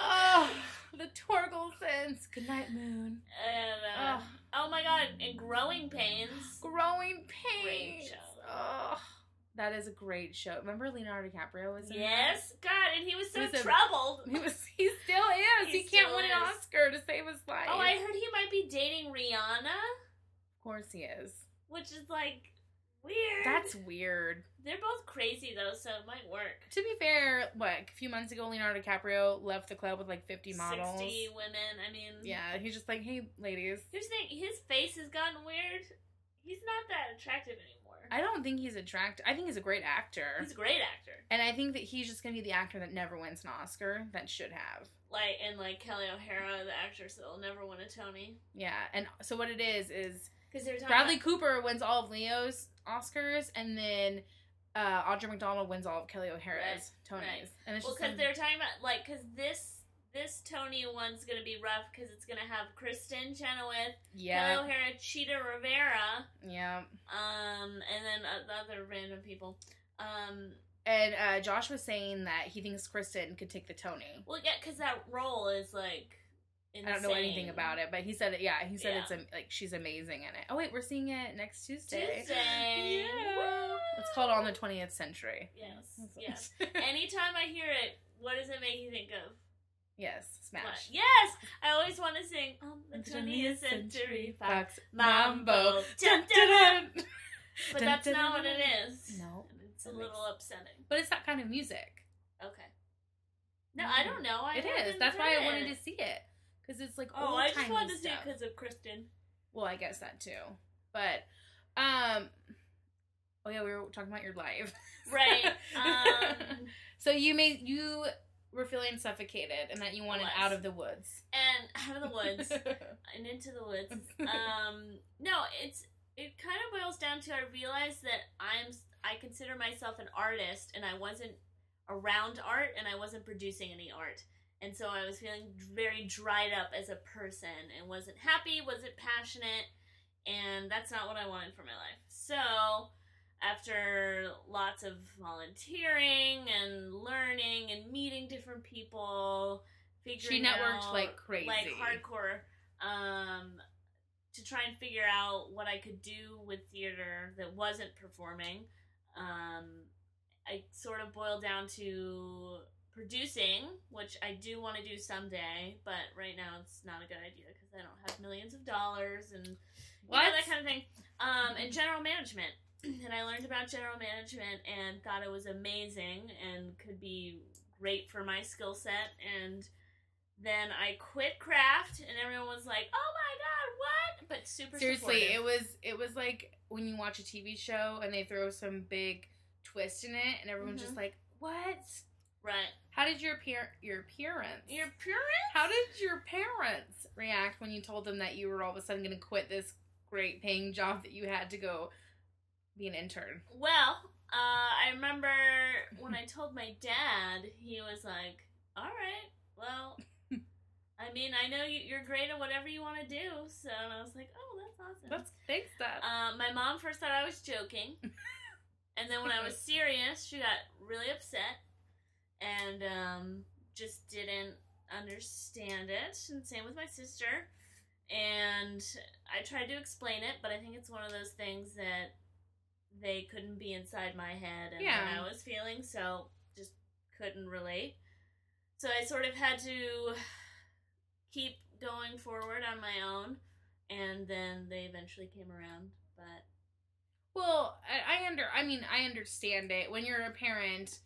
S1: oh, the Torkelsons. Good night, Moon.
S2: and, uh,
S1: Oh,
S2: oh my god, and Growing Pains.
S1: growing
S2: Great
S1: pains.
S2: show.
S1: Oh, that is a great show. Remember Leonardo DiCaprio was in that?
S2: Yes, God, and he was so
S1: It was a-
S2: troubled.
S1: He was. He still is.
S2: He
S1: He, can't
S2: still
S1: win an
S2: is.
S1: Oscar to save his life.
S2: Oh, I heard he might be dating Rihanna,
S1: Of course he is.
S2: which is like weird.
S1: That's weird.
S2: they're both crazy though, so it might work.
S1: To be fair, what a few months ago Leonardo DiCaprio left the club with like 50 models.
S2: Sixty women. I mean,
S1: Yeah, he's just like, hey, ladies.
S2: Here's the thing: his face has gotten weird. He's not that attractive anymore.
S1: I don't think he's attractive. I think he's a great actor.
S2: He's a great actor.
S1: and I think that he's just gonna be the actor that never wins an Oscar that should have.
S2: Like and like Kelly O'Hara, the actress that will never win a Tony,
S1: Yeah, and so what it is is
S2: because they're talking
S1: Bradley Cooper wins all of Leo's Oscars, and then uh, Audra McDonald wins all of Kelly O'Hara's
S2: Right,
S1: Tonys.
S2: right.
S1: And it's
S2: Well,
S1: just
S2: because
S1: like-
S2: they're talking about like because this this Tony one's gonna be rough because it's gonna have Kristen Chenoweth,
S1: yeah,
S2: Kelly O'Hara, Cheetah Rivera,
S1: yeah.
S2: um, and then uh, the other random people. Um,
S1: And uh, Josh was saying that he thinks Kristen could take the Tony.
S2: well, yeah, because that role is like insane.
S1: I don't know anything about it, but he said it. Yeah, he said
S2: Yeah.
S1: it's am- like she's amazing in it. Oh wait, we're seeing it next Tuesday.
S2: Tuesday.
S1: Yeah. It's called On the Twentieth Century.
S2: Yes,
S1: That's-
S2: yes. Anytime I hear it, what does it make you think of?
S1: yes. Smash.
S2: What? Yes, I always want to sing um, the
S1: The
S2: 20th Century Fox
S1: Fox
S2: Mambo.
S1: Mambo.
S2: Dun, dun, dun.
S1: Dun-dun-dun.
S2: But
S1: Dun,
S2: that's
S1: dun,
S2: not what
S1: dun,
S2: it is.
S1: No.
S2: And it's a
S1: That
S2: little
S1: makes-
S2: upsetting.
S1: But it's that kind of music.
S2: Okay. No, I don't know. I
S1: It is.
S2: haven't
S1: That's why
S2: heard
S1: I wanted
S2: it.
S1: to see it because it's like
S2: Oh,
S1: old
S2: I just
S1: timey
S2: wanted to see it
S1: stuff.
S2: because of Kristen.
S1: well, I guess that too. But, um, oh yeah, we were talking about your life,
S2: Right. Um,
S1: so you made you were feeling suffocated and that you wanted
S2: Was.
S1: out of the woods.
S2: and out of the woods and into the woods. Um, no, it's it kind of boils down to I realized that I'm I consider myself an artist, and I wasn't around art, and I wasn't producing any art, and so I was feeling very dried up as a person, and wasn't happy, wasn't passionate, and that's not what I wanted for my life. So. After lots of volunteering and learning and meeting different people,
S1: she
S2: figuring
S1: networked
S2: out,
S1: like crazy.
S2: like hardcore um to try and figure out what I could do with theater that wasn't performing um I sort of boiled down to producing, which I do want to do someday, but right now it's not a good idea because I don't have millions of dollars and you know,
S1: What?
S2: that kind of thing. Um, and general management. And I learned about general management and thought it was amazing and could be great for my skill set. And then I quit craft, and everyone was like, "Oh my god, what?" But super
S1: Seriously,
S2: supportive.
S1: it was it was like when you watch a TV show and they throw some big twist in it, and everyone's
S2: Mm-hmm.
S1: just like, "What?
S2: right.
S1: How did your appear your appearance?
S2: You're pure.
S1: How did your parents react when you told them that you were all of a sudden going to quit this great paying job that you had to go be an intern?
S2: Well, uh, I remember when I told my dad, he was like, "All right, well, I mean, I know you, you're great at whatever you want to do." So, and I was like, "Oh, that's awesome."
S1: That's big stuff.
S2: Uh, my mom first thought I was joking, and then when I was serious, she got really upset and um, just didn't understand it. And same with my sister. And I tried to explain it, but I think it's one of those things that they couldn't be inside my head and
S1: Yeah.
S2: what I was feeling, so just couldn't relate. So I sort of had to keep going forward on my own, and then they eventually came around. But
S1: Well, I, I under I mean I understand it. When you're a parent,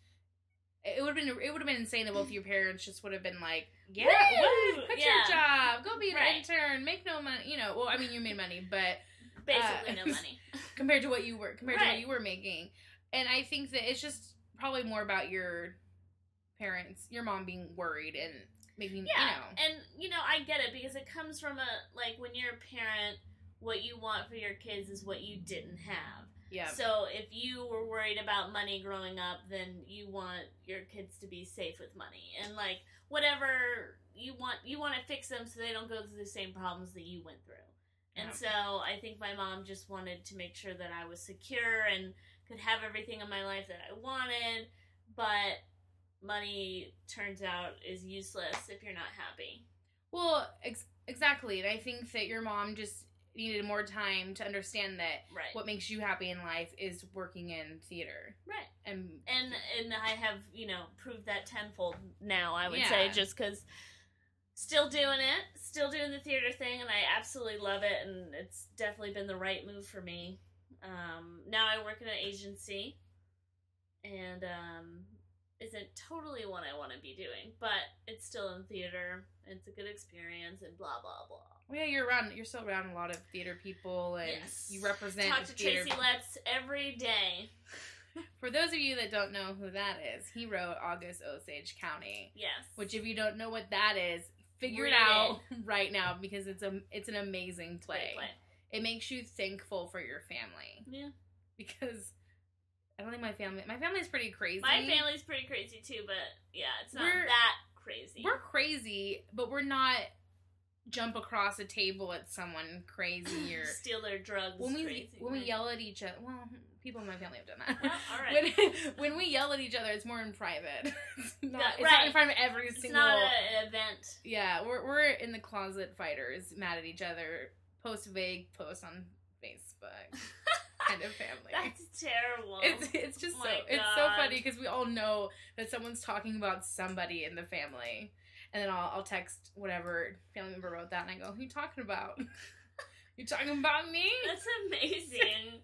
S1: it would have been it would have been insanable if your parents just would have been like, yeah,
S2: Woo!
S1: what? quit
S2: Yeah.
S1: your job, go be an
S2: Right.
S1: intern, make no money. You know, well, I mean you made money, but
S2: basically,
S1: Uh,
S2: no money.
S1: compared to what you were compared to
S2: Right.
S1: what you were making, and I think that it's just probably more about your parents, your mom being worried and making
S2: Yeah,
S1: you know.
S2: and you know, I get it because it comes from a like when you're a parent, what you want for your kids is what you didn't have.
S1: Yeah.
S2: So if you were worried about money growing up, then you want your kids to be safe with money and like whatever you want, you want to fix them so they don't go through the same problems that you went through. And
S1: Yeah.
S2: so I think my mom just wanted to make sure that I was secure and could have everything in my life that I wanted, but money turns out is useless if you're not happy.
S1: well, ex- exactly, and I think that your mom just needed more time to understand that
S2: Right.
S1: what makes you happy in life is working in theater
S2: Right.
S1: and
S2: and and I have you know proved that tenfold now. I would
S1: Yeah.
S2: say just because still doing it, still doing the theater thing, and I absolutely love it, and it's definitely been the right move for me. Um, now I work in an agency, and um, isn't totally what I want to be doing, but it's still in theater. It's a good experience, and blah blah blah.
S1: well, yeah you're around you're still around a lot of theater people and
S2: Yes.
S1: you represent
S2: Talk to
S1: theater
S2: Tracy Letts every day.
S1: for those of you that don't know who that is he wrote august osage county
S2: Yes,
S1: which if you don't know what that is figure
S2: Read
S1: it out right now because it's a it's an amazing play.
S2: Great play.
S1: it makes you thankful for your family
S2: Yeah.
S1: because i don't think my family my family's pretty crazy
S2: My family's pretty crazy too, but yeah, it's not
S1: We're-
S2: that crazy.
S1: we're crazy but we're not jump across a table at someone crazy or
S2: steal their drugs.
S1: when we
S2: crazy,
S1: when we
S2: right?
S1: yell at each other well people in my family have done that
S2: Well, all right.
S1: when, when we yell at each other it's more in private it's not,
S2: Yeah,
S1: it's
S2: right.
S1: not in front of every
S2: it's
S1: single
S2: not a, an event.
S1: yeah we're, we're in the closet fighters mad at each other post vague posts on facebook kind of family
S2: That's terrible.
S1: it's, it's just so
S2: my
S1: it's so
S2: God.
S1: funny because we all know that someone's talking about somebody in the family and then I'll, I'll text whatever family member wrote that and i go who you talking about you talking about me
S2: That's amazing.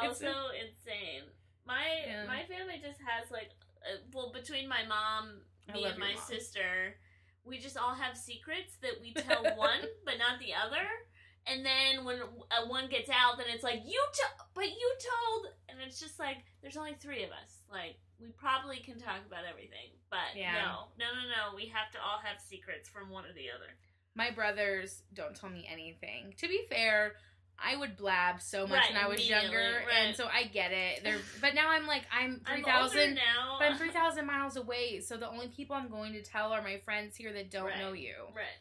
S2: also insane. My
S1: Yeah.
S2: my family just has like, uh, well, between my mom,
S1: I
S2: me,
S1: love
S2: and
S1: your
S2: my
S1: mom.
S2: sister, we just all have secrets that we tell one but not the other. And then when uh, one gets out, then it's like you, to- but you told, and it's just like there's only three of us. Like we probably can talk about everything, but
S1: Yeah.
S2: no, no, no, no. We have to all have secrets from one or the other.
S1: my brothers don't tell me anything. To be fair, I would blab so much
S2: Right,
S1: when I was younger,
S2: immediately, right.
S1: and so I get it. They're, but now I'm like I'm three
S2: I'm older
S1: thousand,
S2: now.
S1: but I'm three thousand miles away. So the only people I'm going to tell are my friends here that don't
S2: Right.
S1: know you.
S2: right.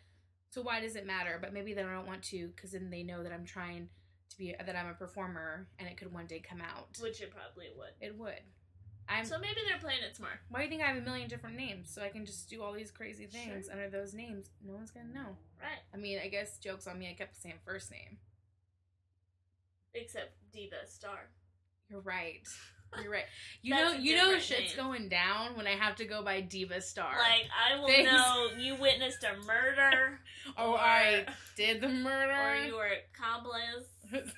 S1: So why does it matter? But maybe they don't want to, because then they know that I'm trying to be that I'm a performer, and it could one day come out.
S2: Which it probably would.
S1: It would. I'm.
S2: So maybe they're playing it smart.
S1: why do you think I have a million different names? So I can just do all these crazy
S2: Sure.
S1: things under those names. No one's gonna know.
S2: Right.
S1: I mean, I guess jokes on me. I kept the same first name.
S2: Except Diva Star.
S1: You're right. You're right. You
S2: That's
S1: know,
S2: a
S1: you know,
S2: different
S1: shit's
S2: name.
S1: going down when I have to go by Diva Star.
S2: Like I will
S1: Things-
S2: know you witnessed a murder,
S1: or
S2: or-
S1: Oh, I did the
S2: or
S1: murder.
S2: you were accomplice.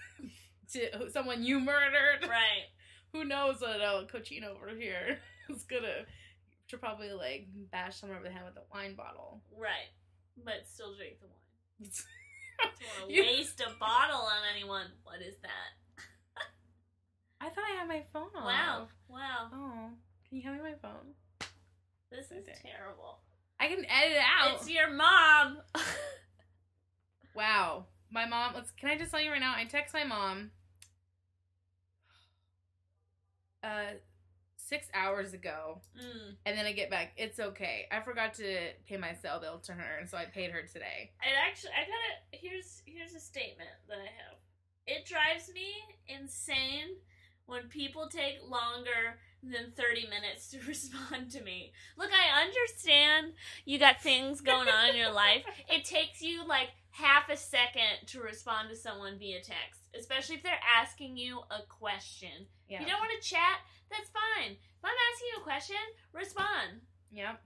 S1: to someone you murdered.
S2: Right.
S1: Who knows what El Cochino over here is gonna should probably like bash someone over the head with a wine bottle.
S2: Right. But still drink the wine. Don't wanna
S1: You-
S2: waste a bottle on anyone. What is that?
S1: I thought I had my phone off.
S2: Wow. Wow.
S1: Oh, can you hand me my phone?
S2: This is
S1: Okay.
S2: terrible.
S1: I can edit it out.
S2: It's your mom.
S1: Wow. My mom, let's can I just tell you right now? I text my mom uh 6 hours ago
S2: mm.
S1: and then I get back. It's okay. I forgot to pay my cell bill to her, and so I paid her today.
S2: It actually, I gotta. Here's here's a statement that I have. It drives me insane when people take longer than 30 minutes to respond to me. Look, I understand you got things going on in your life. It takes you like half a second to respond to someone via text, especially if they're asking you a question.
S1: Yeah.
S2: You don't want to chat? That's fine. If I'm asking you a question, respond.
S1: yep.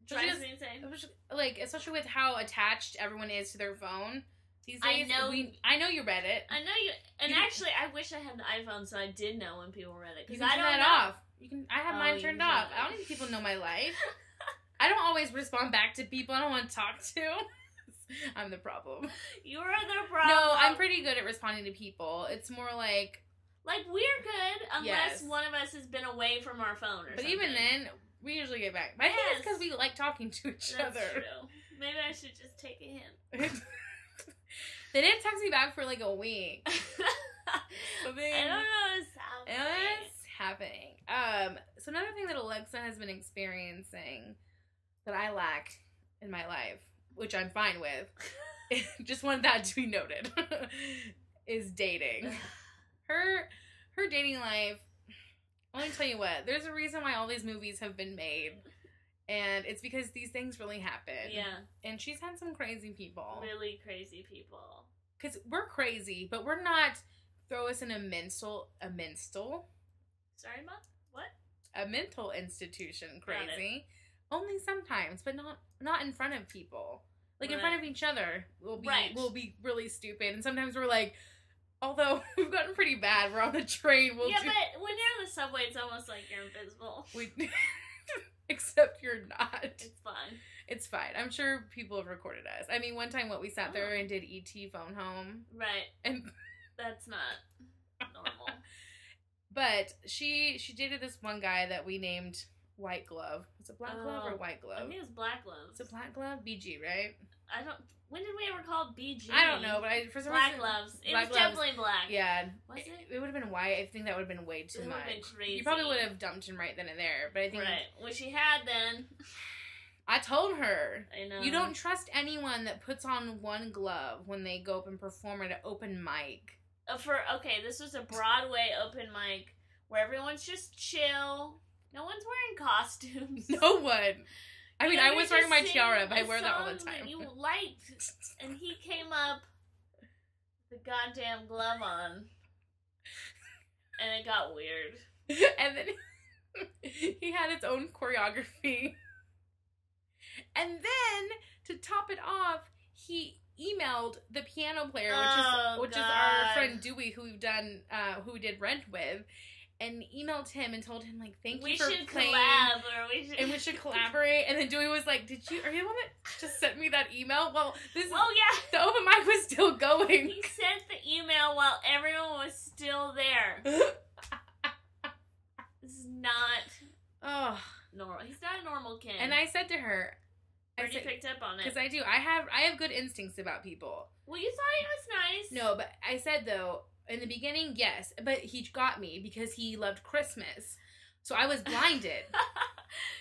S1: Which
S2: Drives
S1: is-
S2: me insane.
S1: It was, like especially with how attached everyone is to their phone these
S2: I
S1: days.
S2: know-
S1: we, I know you read it.
S2: I know you, and
S1: You-
S2: actually, I wish I had an iPhone so I did know when people read it
S1: You
S2: because
S1: can
S2: I
S1: turn
S2: don't
S1: that
S2: know.
S1: off. You can. I have
S2: Oh,
S1: mine
S2: you
S1: turned
S2: can turn
S1: off.
S2: it
S1: I
S2: off.
S1: don't need people to know my life. I don't always respond back to people I don't want to talk to. I'm the problem.
S2: You are the problem.
S1: No, I'm pretty good at responding to people. It's more like,
S2: like we're good unless
S1: Yes.
S2: one of us has been away from our phone or
S1: but
S2: something.
S1: even then, we usually get back. But I think it's
S2: Yes.
S1: because we like talking to each
S2: that's
S1: other.
S2: true. Maybe I should just take a hint.
S1: they didn't text me back for like a week. So they-
S2: I don't know. It sounds like-
S1: It's happening. Um, so another thing that Alexa has been experiencing that I lack in my life, which I'm fine with, just wanted that to be noted, is dating. Her her dating life. Let me tell you what. There's a reason why all these movies have been made, and it's because these things really happen.
S2: yeah,
S1: And she's had some crazy people.
S2: really crazy people.
S1: Cause we're crazy, but we're not. Throw us in a mental a mental
S2: Sorry, mom. What?
S1: a mental institution
S2: Got it.
S1: crazy only sometimes but not not in front of people like in front
S2: Right.
S1: of each other we'll be
S2: Right.
S1: we'll be really stupid and sometimes we're like although we've gotten pretty bad we're on the train we'll
S2: yeah,
S1: do
S2: but when you're on the subway, it's almost like you're invisible.
S1: we, except you're not
S2: It's fine.
S1: it's fine i'm sure people have recorded us i mean one time what we sat there
S2: Oh.
S1: and did et phone home
S2: Right.
S1: and
S2: That's not normal.
S1: but she she dated this one guy that we named white glove was it black glove or
S2: Oh,
S1: white
S2: I
S1: glove
S2: think it was black gloves.
S1: it's a black glove bg right
S2: I don't. When did we ever call BG?
S1: I don't know, but I for some
S2: black
S1: reason,
S2: gloves. It
S1: Black
S2: was
S1: gloves.
S2: definitely black.
S1: Yeah,
S2: Was
S1: it,
S2: it?
S1: would have been white. I think that would have been way too
S2: It
S1: much.
S2: would've been
S1: You probably
S2: crazy.
S1: would have dumped him right then and there. But I think
S2: Right. Which he had then.
S1: I told her
S2: I know.
S1: you don't trust anyone that puts on one glove when they go up and perform at an open mic.
S2: Uh, for okay, this was a Broadway open mic where everyone's just chill. No one's wearing costumes.
S1: No one. I mean,
S2: You know,
S1: I was
S2: they're
S1: wearing my
S2: just
S1: tiara,
S2: singing
S1: but I
S2: a
S1: wear that all the
S2: song that
S1: time.
S2: You liked, and he came up with the goddamn glove on, and it got weird.
S1: and then he had his own choreography. And then to top it off, he emailed the piano player, which
S2: Oh,
S1: is which is
S2: God.
S1: our friend Dewey, who we've done uh, who we did Rent with, and emailed him and told him like, "Thank
S2: we
S1: you for
S2: should
S1: playing."
S2: collab, or we should.
S1: And we should collaborate. And then Dewey was like, "Did you? Are you the one that just sent me that email?" Well, this
S2: Oh yeah.
S1: the open mic was still going.
S2: He sent the email while everyone was still there. This is not
S1: oh,
S2: normal. He's not a normal kid.
S1: and I said to her, I
S2: already
S1: said,
S2: picked up on it.
S1: Because I do. I have I have good instincts about people.
S2: well, you thought he was nice.
S1: No, but I said though in the beginning, yes, but he got me because he loved Christmas. So I was blinded.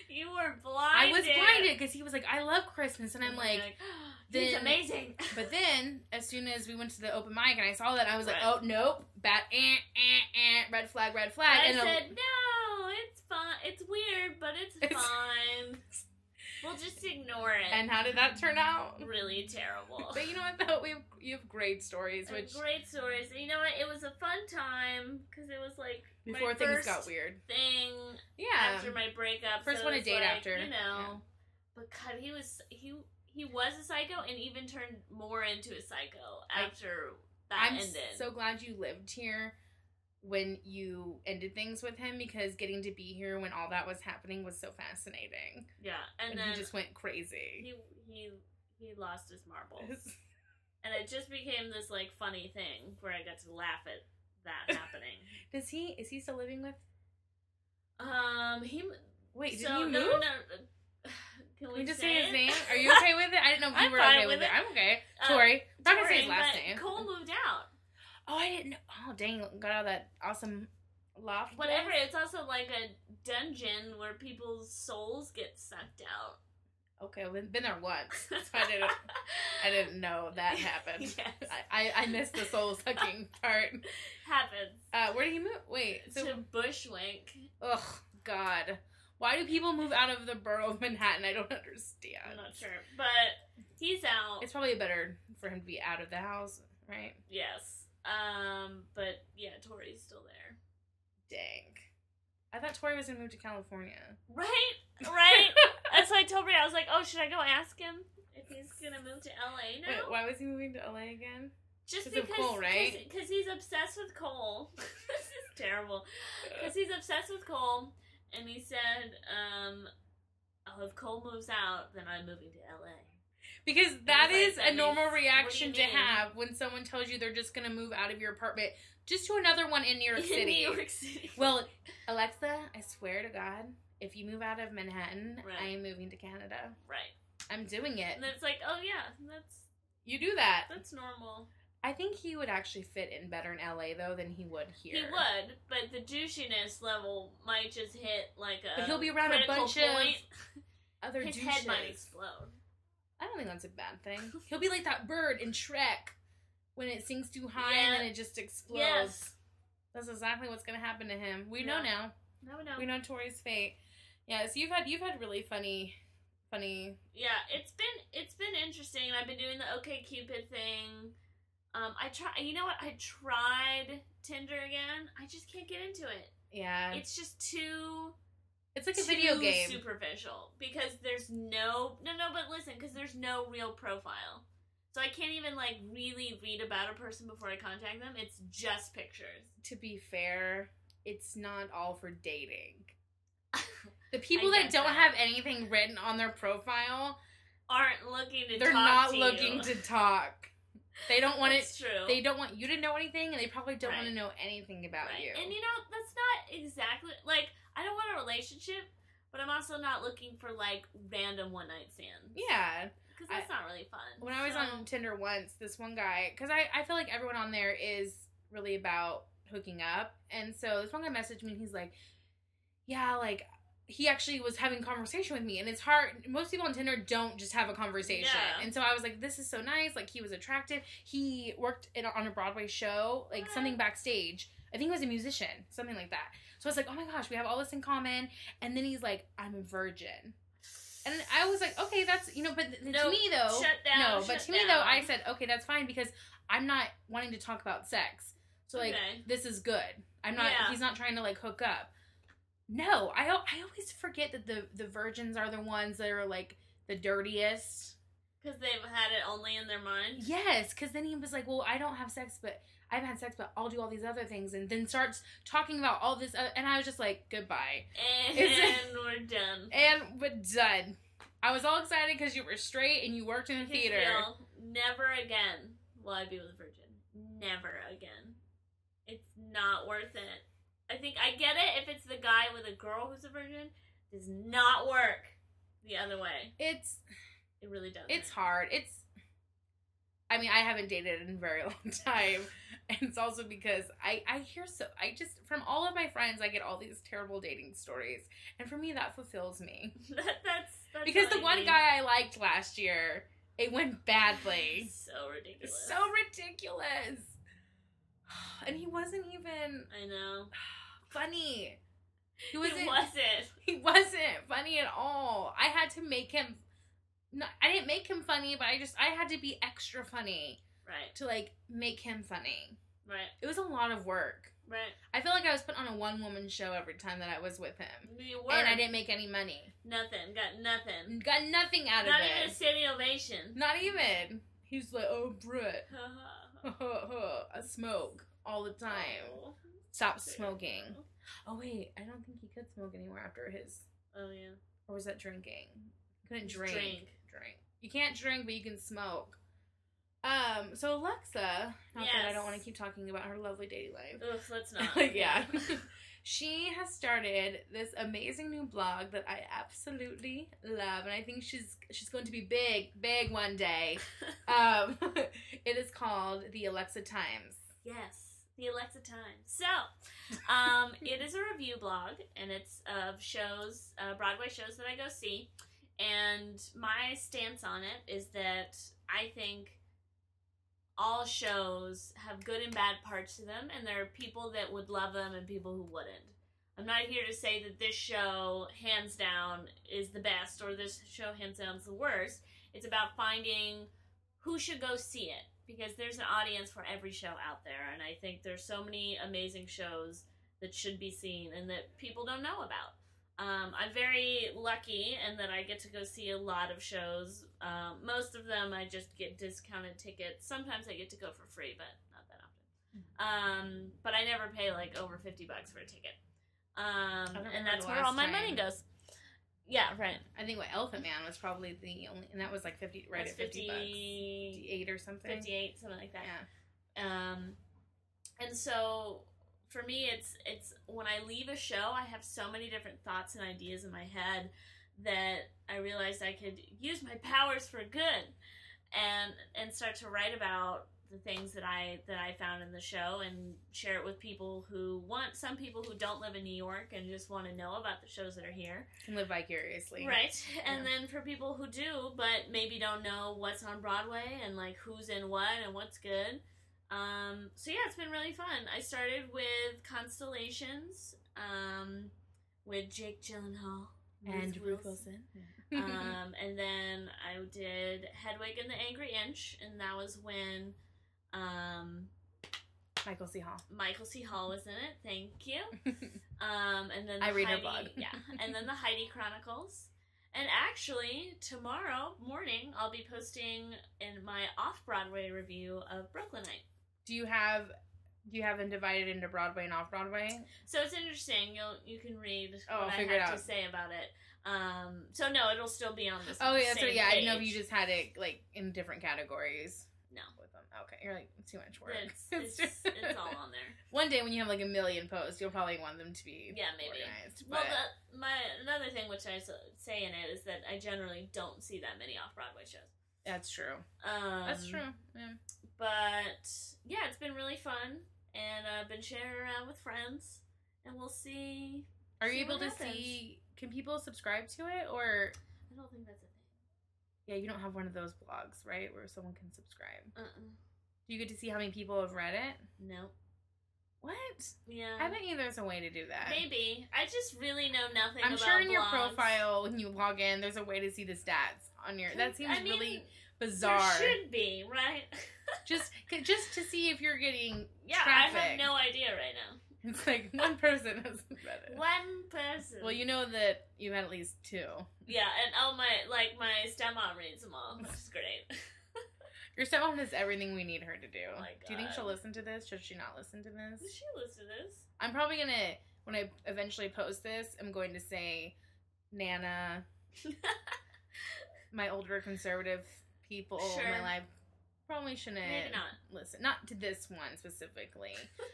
S2: you were
S1: I
S2: blinded.
S1: was blinded because he was like, I love Christmas, and I'm
S2: then
S1: like.
S2: you're Oh he's
S1: then-
S2: amazing.
S1: But then, as soon as we went to the open mic and I saw that, I was like, "Oh
S2: Right.
S1: nope, bat, eh, eh, eh, red flag, red flag."
S2: I
S1: and a-
S2: said no. It's fine. It's weird, but it's,
S1: It's-
S2: fine. We'll just ignore it.
S1: uh, And how did that turn out?
S2: really terrible.
S1: But you know what though, we have you have great stories,
S2: And
S1: which
S2: great stories. You know what? It was a fun time because it was like my
S1: before things
S2: first
S1: got weird.
S2: Thing
S1: Yeah.
S2: after my breakup.
S1: Um, First
S2: so
S1: one to
S2: it's
S1: date
S2: like,
S1: after.
S2: You know.
S1: Yeah.
S2: But God, he was he he was a psycho and even turned more into a psycho
S1: I-
S2: after that
S1: I'm
S2: ended.
S1: so glad you lived here when you ended things with him because getting to be here when all that was happening was so fascinating.
S2: yeah, and,
S1: And,
S2: then
S1: he just went crazy.
S2: he he he lost his marbles, and it just became this like funny thing where I got to laugh at that happening.
S1: Does he is he still living with
S2: um, he
S1: Wait, did
S2: so
S1: he move?
S2: no no. uh,
S1: Can
S2: Can we,
S1: we just say his
S2: it?
S1: name? Are you okay with it? I didn't know if you
S2: I'm
S1: were
S2: fine
S1: okay with,
S2: with
S1: it.
S2: it.
S1: I'm okay.
S2: Uh,
S1: Tori. I'm not gonna say his
S2: Touring,
S1: last
S2: but
S1: name.
S2: Cole moved out.
S1: Oh, I didn't know. Oh, dang! Got out of that awesome loft.
S2: Whatever.
S1: place.
S2: It's also like a dungeon where people's souls get sucked out.
S1: Okay, we've been there once. So I didn't. I didn't know that happened.
S2: yes.
S1: I, I I missed the soul sucking part.
S2: Happens.
S1: Uh, where did he move? Wait. So,
S2: to Bushwick.
S1: ugh, God. Why do people move out of the borough of Manhattan? I don't
S2: I'm
S1: understand.
S2: not sure, but he's out.
S1: Uh, It's probably better for him to be out of the house, right?
S2: yes. Um. But yeah, Tori's still there.
S1: Dang. I thought Tori was gonna move to California.
S2: Right. Right. That's why I told Brie. I was like, oh, should I go ask him if he's gonna move to LA now?
S1: Wait, why was he moving to LA again?
S2: Just
S1: 'Cause of
S2: because,
S1: Cole, right?
S2: Because he's obsessed with Cole. this is terrible. Because he's obsessed with Cole, and he said, um, "Oh, if Cole moves out, then I'm moving to LA."
S1: Because that
S2: like,
S1: is
S2: that
S1: a normal
S2: makes- what do you
S1: reaction to
S2: mean?
S1: have when someone tells you they're just gonna move out of your apartment just to another one in New York
S2: In
S1: City.
S2: New York City.
S1: Well, Alexa, I swear to God, if you move out of Manhattan,
S2: Right.
S1: I am moving to Canada.
S2: right?
S1: I'm doing it.
S2: And it's like, oh yeah, that's
S1: You do that.
S2: that's normal.
S1: I think he would actually fit in better in LA though than he would here.
S2: He would, but the douchiness level might just hit like a.
S1: But he'll be around a
S2: critical
S1: bunch of
S2: point.
S1: Other
S2: His
S1: douches.
S2: head might explode.
S1: I don't think that's a bad thing. He'll be like that bird in Shrek when it sings too high and then
S2: Yeah.
S1: it just explodes.
S2: Yes.
S1: That's exactly what's gonna happen to him. We know
S2: Yeah.
S1: now.
S2: No, no.
S1: We know Tori's fate. Yeah, so you've had you've had really funny, funny.
S2: yeah it's been it's been interesting i've been doing the okay cupid thing um i try you know what i tried tinder again i just can't get into it
S1: Yeah,
S2: it's just too
S1: it's like a
S2: too
S1: video game.
S2: superficial because there's no no no but listen because there's no real profile so i can't even like really read about a person before i contact them it's just pictures
S1: to be fair, it's not all for dating. The people that
S2: get
S1: don't
S2: that.
S1: have anything written on their profile,
S2: aren't looking to
S1: they're not
S2: talk to
S1: looking
S2: you.
S1: to talk. They don't want it.
S2: That's true
S1: They don't want you to know anything, and they probably don't want
S2: Right.
S1: to know anything about you.
S2: And you know, that's not exactly like I don't want a relationship, but I'm also not looking for like random one night stands.
S1: yeah.
S2: because that's not really fun.
S1: When I was
S2: So,
S1: on Tinder once, this one guy, because I, I feel like everyone on there is really about hooking up. And so this one guy messaged me and he's like, yeah, like, he actually was having conversation with me and it's hard most people on tinder don't just have a conversation
S2: Yeah.
S1: and so i was like this is so nice like he was attractive he worked in, on a broadway show like
S2: What?
S1: something backstage i think he was a musician something like that so i was like oh my gosh we have all this in common and then he's like i'm a virgin and i was like okay that's you know but th-
S2: No,
S1: to me though
S2: shut
S1: no
S2: down,
S1: but
S2: shut
S1: to me though
S2: down.
S1: i said okay that's fine because i'm not wanting to talk about sex so like
S2: Okay.
S1: this is good i'm not
S2: Yeah.
S1: he's not trying to like hook up no, I al- I always forget that the the virgins are the ones that are like the dirtiest.
S2: because they've had it only in their mind.
S1: Yes, because then he was like, "Well, I don't have sex, but I've had sex, but I'll do all these other things," and then starts talking about all this. Other- and I was just like, "Goodbye,"
S2: And
S1: It's-
S2: we're done.
S1: and we're done. I was all excited because you were straight and you worked in the
S2: Because,
S1: theater.
S2: Bill, never again will I be with a virgin. Never again. It's not worth it. I think I get it if it's the guy with a girl who's a virgin. Does not work the other way.
S1: It's
S2: It really doesn't.
S1: it's hard. It's. I mean, I haven't dated in a very long time, and it's also because I I hear so I just from all of my friends I get all these terrible dating stories, and for me that fulfills me.
S2: that, that's, that's
S1: because
S2: what
S1: the
S2: I
S1: one
S2: mean.
S1: guy I liked last year, it went badly.
S2: So ridiculous.
S1: so ridiculous. And he wasn't even
S2: I know.
S1: funny. He wasn't.
S2: it wasn't.
S1: He wasn't funny at all. I had to make him. No, I didn't make him funny, but I just I had to be extra funny
S2: Right,
S1: to like make him funny.
S2: right,
S1: It was a lot of work.
S2: right.
S1: I feel like I was put on a one woman show every time that I was with him,
S2: You
S1: and I
S2: were.
S1: didn't make any money.
S2: Nothing. Got nothing.
S1: Got nothing out
S2: Not
S1: of it.
S2: even a standing ovation.
S1: Not even. He's like, oh, Brit,
S2: Time.
S1: I smoke all the time.
S2: Oh.
S1: Stop smoking. Oh wait, I don't think he could smoke anymore after his.
S2: Oh yeah.
S1: Or was that drinking? Couldn't
S2: Just
S1: drink.
S2: drink.
S1: Drink. You can't drink, but you can smoke. Um. So Alexa, not that I
S2: Yes.
S1: don't want to keep talking about her lovely daily life.
S2: Ugh, let's not.
S1: yeah. she has started this amazing new blog that I absolutely love, and I think she's she's going to be big, big one day. um, it is called the Alexa Times.
S2: Yes, the Alexa time. So, um, it is a review blog, and it's of shows, uh, Broadway shows that I go see. And my stance on it is that I think all shows have good and bad parts to them, and there are people that would love them and people who wouldn't. I'm not here to say that this show, hands down, is the best or this show, hands down, is the worst. It's about finding who should go see it because there's an audience for every show out there and i think there's so many amazing shows that should be seen and that people don't know about um, i'm very lucky in that i get to go see a lot of shows um, most of them i just get discounted tickets sometimes i get to go for free but not that often um, but i never pay like over 50 bucks for a ticket um,
S1: don't
S2: and
S1: remember
S2: that's
S1: the
S2: where all
S1: last
S2: my
S1: time.
S2: money goes yeah right
S1: I think what Elephant Man was probably the only, and that was like fifty, right
S2: That's
S1: at fifty bucks,
S2: 50
S1: fifty-eight or something.
S2: 58 something like that
S1: Yeah.
S2: um, and so for me it's it's when i leave a show i have so many different thoughts and ideas in my head that i realized i could use my powers for good and and start to write about the things that i that i found in the show and share it with people who want some people who don't live in new york and just want to know about the shows that are here
S1: Can live vicariously.
S2: Right. And
S1: Yeah.
S2: then for people who do, but maybe don't know what's on Broadway and like who's in what and what's good. Um, so yeah, it's been really fun. I started with Constellations um, with Jake Gyllenhaal
S1: And Ruth Wilson.
S2: um, and then I did Hedwig and the Angry Inch, and that was when um,
S1: Michael C. Hall.
S2: Michael C. Hall was in it. Thank you. Um, and then
S1: I
S2: the
S1: read her
S2: Heidi,
S1: blog.
S2: yeah, and then the Heidi Chronicles. And actually, tomorrow morning, I'll be posting in my off-Broadway review of Brooklynite.
S1: Do you have? Do you have them divided into Broadway and off Broadway?
S2: So it's interesting. You'll you can read
S1: Oh,
S2: what I
S1: figure it
S2: have
S1: out.
S2: to say about it. Um, so no, it'll still be on this.
S1: Oh yeah, so
S2: same
S1: yeah, I didn't know if
S2: page.
S1: you just had it like in different categories
S2: no.
S1: with them. Okay, you're like too much work.
S2: It's, it's, it's all on there.
S1: One day when you have like a million posts, you'll probably want them to be
S2: Yeah, maybe.
S1: organized.
S2: Well,
S1: but-
S2: the, my another thing which I s- say in it is that I generally don't see that many off Broadway shows.
S1: that's true.
S2: Um,
S1: That's true. Yeah.
S2: But yeah, it's been really fun, and I've been sharing around with friends, and we'll see.
S1: Are you
S2: see
S1: able
S2: what
S1: to
S2: happens.
S1: see? Can people subscribe to it or?
S2: I don't think that's a thing.
S1: Yeah, you don't have one of those blogs, right, where someone can subscribe.
S2: Uh-uh.
S1: Do you get to see how many people have read it?
S2: No.
S1: What?
S2: Yeah.
S1: I bet you there's a way to do that.
S2: Um, Maybe I just really know nothing.
S1: I'm
S2: about
S1: sure in your
S2: blogs.
S1: profile when you log in, there's a way to see the stats on your. That seems
S2: I mean,
S1: really
S2: there
S1: bizarre.
S2: should be right.
S1: Just, c- just to see if you're getting
S2: yeah,
S1: traffic.
S2: I have no idea right now.
S1: It's like one person has read it.
S2: One person.
S1: Well, you know that you had at least two.
S2: Yeah, and oh my, like my stepmom reads them all, which is great.
S1: Your stepmom has everything we need her to do.
S2: Oh my
S1: Do you think
S2: God.
S1: she'll listen to this? Should she not listen to this?
S2: Does she listen to this?
S1: I'm probably gonna when I eventually post this, I'm going to say Nana, my older conservative people in my
S2: Sure.
S1: life probably shouldn't
S2: Maybe not.
S1: listen. Not to this one specifically.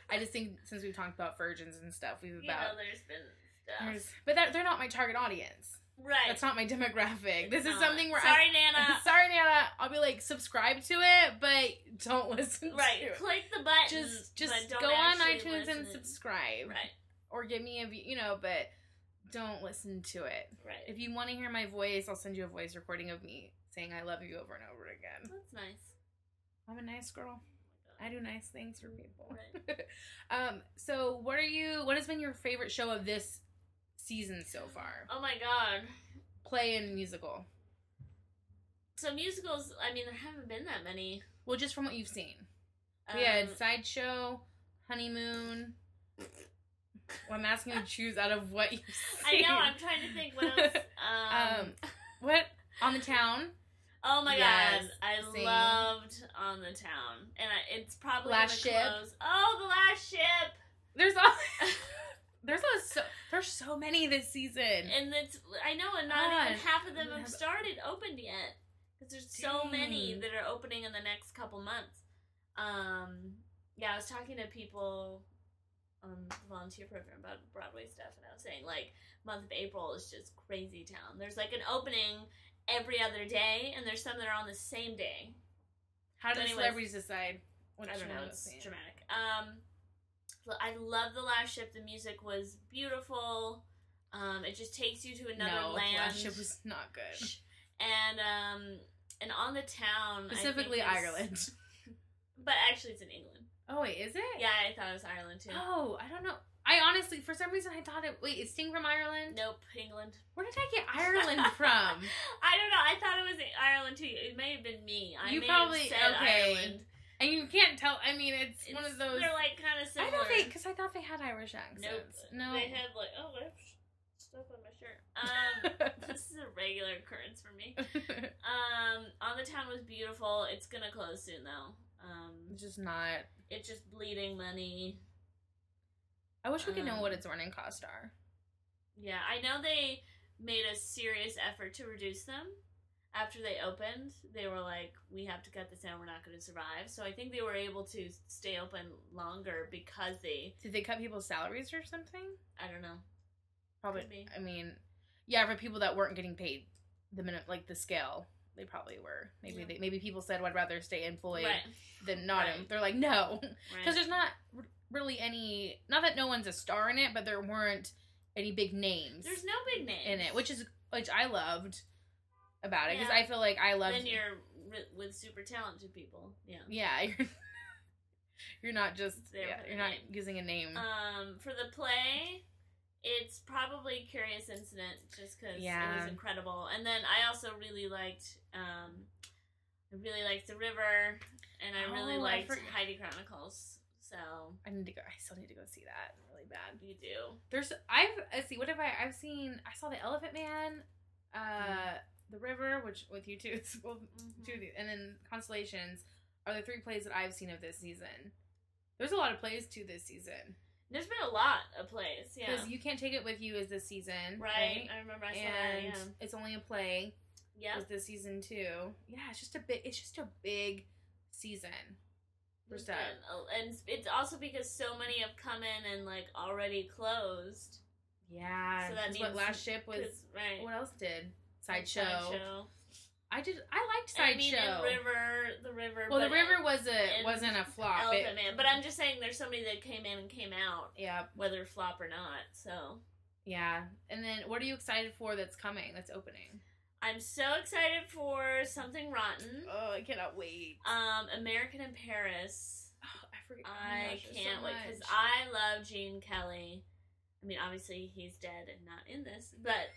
S1: I just think since we've talked about virgins and stuff, we've
S2: You know,
S1: about
S2: there's been stuff.
S1: there's- but that, they're not my target audience.
S2: right.
S1: That's not my demographic. This is
S2: Not.
S1: something where
S2: Sorry,
S1: I
S2: Nana.
S1: sorry Nana, I'll be like subscribe to it, but don't listen to
S2: Right.
S1: it.
S2: Click the button.
S1: Just
S2: but
S1: just
S2: don't
S1: go on
S2: actually
S1: iTunes and
S2: listen.
S1: subscribe
S2: Right.
S1: or give me a view, you know, but don't listen to it.
S2: Right.
S1: If you want to hear my voice, I'll send you a voice recording of me saying I love you over and over again.
S2: That's nice. Oh
S1: I'm a nice girl. I do nice things for people.
S2: Right.
S1: um, so what are you what has been your favorite show of this seasons so far.
S2: Oh my god.
S1: Play and musical.
S2: So musicals, I mean, there haven't been that many.
S1: Well, just from what you've seen.
S2: Um,
S1: We had Sideshow, Honeymoon. Well, I'm asking you to choose out of what you've
S2: I
S1: seen.
S2: know. I'm trying to think what else. Um,
S1: Um, what? On the Town.
S2: oh my god,
S1: yes,
S2: I
S1: same.
S2: loved On the Town, and I, it's probably
S1: Last
S2: gonna
S1: Ship.
S2: close. Oh, the last ship.
S1: There's all. There's a so there's so many this season.
S2: And it's I know, and not
S1: God.
S2: even half of them have
S1: Have-
S2: started opened yet because there's so many
S1: Dang.
S2: that are opening in the next couple months. Um, yeah, I was talking to people on the volunteer program about Broadway stuff, and I was saying like month of April is just crazy town. There's like an opening every other day, and there's some that are on the same day.
S1: How do the
S2: anyways.
S1: celebrities decide? Which
S2: I don't
S1: one
S2: know.
S1: to
S2: It's
S1: see?
S2: dramatic. Um, l- I love the last ship. The music was beautiful. Um, it just takes you to another
S1: No,
S2: land.
S1: last ship was not good.
S2: Shh. and um, and on the town I think
S1: Specifically
S2: is-
S1: Ireland.
S2: but actually it's in England.
S1: Oh wait, is it?
S2: Yeah, I thought it was Ireland too.
S1: Oh, I don't know. I honestly, for some reason, I thought it. Wait, is Sting from Ireland?
S2: Nope, England.
S1: Where did I get Ireland from?
S2: I don't know. I thought it was in Ireland too. It may have been me. I
S1: You
S2: may
S1: probably-
S2: have said
S1: okay.
S2: Ireland.
S1: and you can't tell. I mean, it's, one
S2: It's-
S1: of those.
S2: They're like kind of
S1: I
S2: similar.
S1: thought they because I thought they had Irish accents.
S2: Nope.
S1: No.
S2: They had like oh, I have stuff on my shirt. Um, this is a regular occurrence for me. Um, on the town was beautiful. It's gonna close soon though. Um,
S1: it's just not.
S2: it's just bleeding money.
S1: I wish we could know
S2: Um,
S1: what its running costs are.
S2: Yeah, I know they made a serious effort to reduce them after they opened. They were like, "We have to cut this down. We're not going to survive." So I think they were able to stay open longer because they,
S1: Did they cut people's salaries or something?
S2: I don't know.
S1: Probably.
S2: Could be.
S1: I mean, yeah, for people that weren't getting paid the minute, like the scale, they probably were. Maybe
S2: Yeah.
S1: they, maybe people said, "I'd rather stay employed
S2: Right,
S1: than not."
S2: Right.
S1: em-" They're like, "No," because
S2: right.
S1: there's not r- really any. Not that no one's a star in it, but there weren't any big names
S2: There's no big name
S1: in it, which is which I loved about it because
S2: Yeah.
S1: I feel like I loved.
S2: then you're ri- with super talented people. Yeah.
S1: yeah, you're, you're not just
S2: There
S1: yeah,
S2: for the
S1: you're not
S2: name.
S1: using a name.
S2: Um, for the play, it's probably Curious Incident just because it
S1: Yeah.
S2: was incredible. And then I also really liked, um, I really liked The River, and I really
S1: Oh, I
S2: liked
S1: forg-
S2: Heidi Chronicles. So
S1: I need to go. I still need to go see that really bad.
S2: you do.
S1: There's I've let's see what have I I've seen I saw the Elephant Man, uh,
S2: Mm.
S1: the River, which with you two, it's both two of these, and then Constellations are the three plays that I've seen of this season. There's a lot of plays too this season
S2: There's been a lot of plays. Yeah.
S1: because you can't take it with you is this season,
S2: Right. I remember I saw that.
S1: And it's only a play
S2: Yeah. Yep.
S1: is this season too. Yeah, it's just a big. It's just a big season. for
S2: there's
S1: stuff.
S2: been a- And it's also because so many have come in and like already closed.
S1: Yeah.
S2: So that
S1: 'cause what
S2: means-
S1: last ship was.
S2: 'Cause- right.
S1: What else did sideshow? I did. I liked
S2: I
S1: sideshow.
S2: mean, and River, the River.
S1: Well, the
S2: but-
S1: river was a
S2: and
S1: wasn't a flop.
S2: Elephant
S1: It-
S2: Man. But I'm just saying, there's somebody that came in and came out,
S1: yeah,
S2: whether flop or not. So
S1: yeah. And then, what are you excited for? That's coming. That's opening.
S2: I'm so excited for something rotten.
S1: Oh, I cannot wait.
S2: Um, American in Paris.
S1: Oh, I forget. oh my
S2: I
S1: gosh, there's so
S2: can't wait because
S1: much.
S2: I love Gene Kelly. I mean, obviously he's dead and not in this, but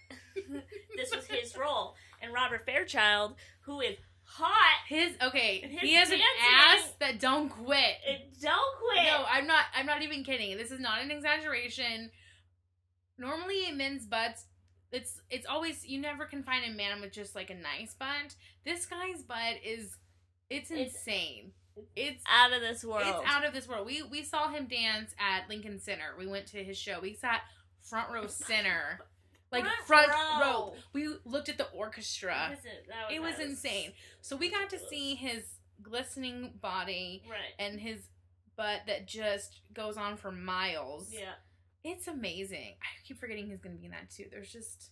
S2: this was his role. And Robert Fairchild, who is hot,
S1: his okay.
S2: His
S1: he has an
S2: dancing-
S1: ass that don't quit.
S2: it, don't quit.
S1: No, I'm not. I'm not even kidding. This is not an exaggeration. Normally, men's butts. It's it's always you never can find a man with just like a nice butt. This guy's butt is it's
S2: It's-
S1: insane. It's
S2: out of this world.
S1: It's out of this world. We we saw him dance at Lincoln Center. We went to his show. We sat front row center, like front, row. We looked at the orchestra.
S2: Because it- that
S1: It was
S2: that
S1: insane. So we got to
S2: ridiculous.
S1: see his glistening body
S2: Right.
S1: and his butt that just goes on for miles.
S2: Yeah.
S1: It's amazing. I keep forgetting he's going to be in that too. There's just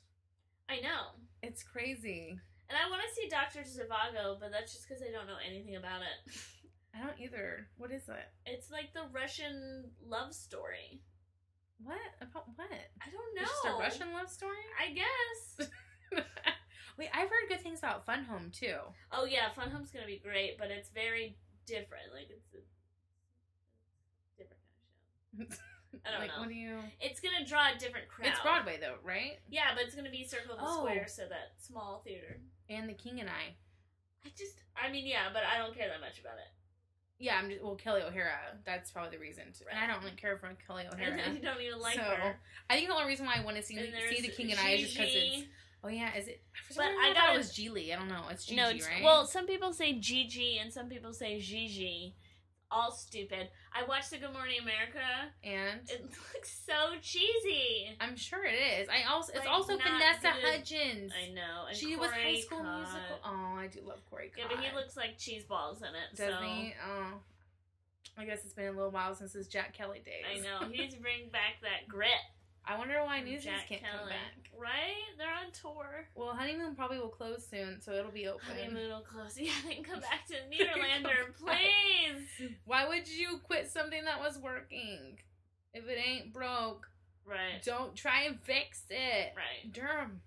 S2: I know.
S1: it's crazy.
S2: And I want to see Dr. Zhivago, but that's just because I don't know anything about it.
S1: I don't either. What is it?
S2: It's like the Russian love story.
S1: What about what?
S2: I don't know.
S1: It's just a Russian love story.
S2: I guess.
S1: Wait, I've heard good things about Fun Home too.
S2: oh yeah, Fun Home's gonna be great, but it's very different. Like it's a different kind of show. I don't
S1: like,
S2: know.
S1: what do you?
S2: It's gonna draw a different crowd.
S1: It's Broadway though, right?
S2: Yeah, but it's gonna be Circle of the
S3: Oh.
S2: Square, so that small theater.
S1: And The King and I.
S2: I just, I mean, yeah, but I don't care that much about it.
S1: Yeah, I'm just well Kelly O'Hara. That's probably the reason. To, And I don't really care for Kelly
S2: And
S1: O'Hara.
S2: you don't even like
S1: So,
S2: her.
S1: I think the only reason why I want to see
S2: And
S1: see The
S2: there's
S1: King and I is just because
S2: Gigi.
S1: it's. Oh yeah, is it? For some
S2: But
S1: reason
S2: I
S1: I, thought
S2: gotta-
S1: it was Geely. I don't know. It's Gigi,
S2: no, it's,
S1: right?
S2: well, some people say Gigi and some people say Gigi. All stupid. I watched the Good Morning America.
S1: and
S2: It looks so cheesy.
S1: I'm sure it is. I also it's
S2: Like,
S1: also
S2: not
S1: Vanessa
S2: good.
S1: Hudgens.
S2: I know. And
S1: She was High
S2: Corey
S1: School
S2: Cott.
S1: Musical. Oh, I do love Corey.
S2: Yeah, but he
S1: Cott.
S2: looks like cheese balls in it.
S1: Does
S2: so
S1: he? Oh, I guess it's been a little while since his Jack Kelly days.
S2: I know. He needs to bring back that grit.
S1: I wonder why
S2: from
S1: Newsies
S2: Jack
S1: can't come
S2: Kelly.
S1: back.
S2: Right? They're on tour.
S1: Well, honeymoon probably will close soon, so it'll be open.
S2: Honeymoon will close. Yeah, they can come back to Nederlander,
S1: Come back.
S2: please.
S1: Why would you quit something that was working? If it ain't broke,
S2: Right.
S1: don't try and fix it.
S2: Right.
S1: Durham.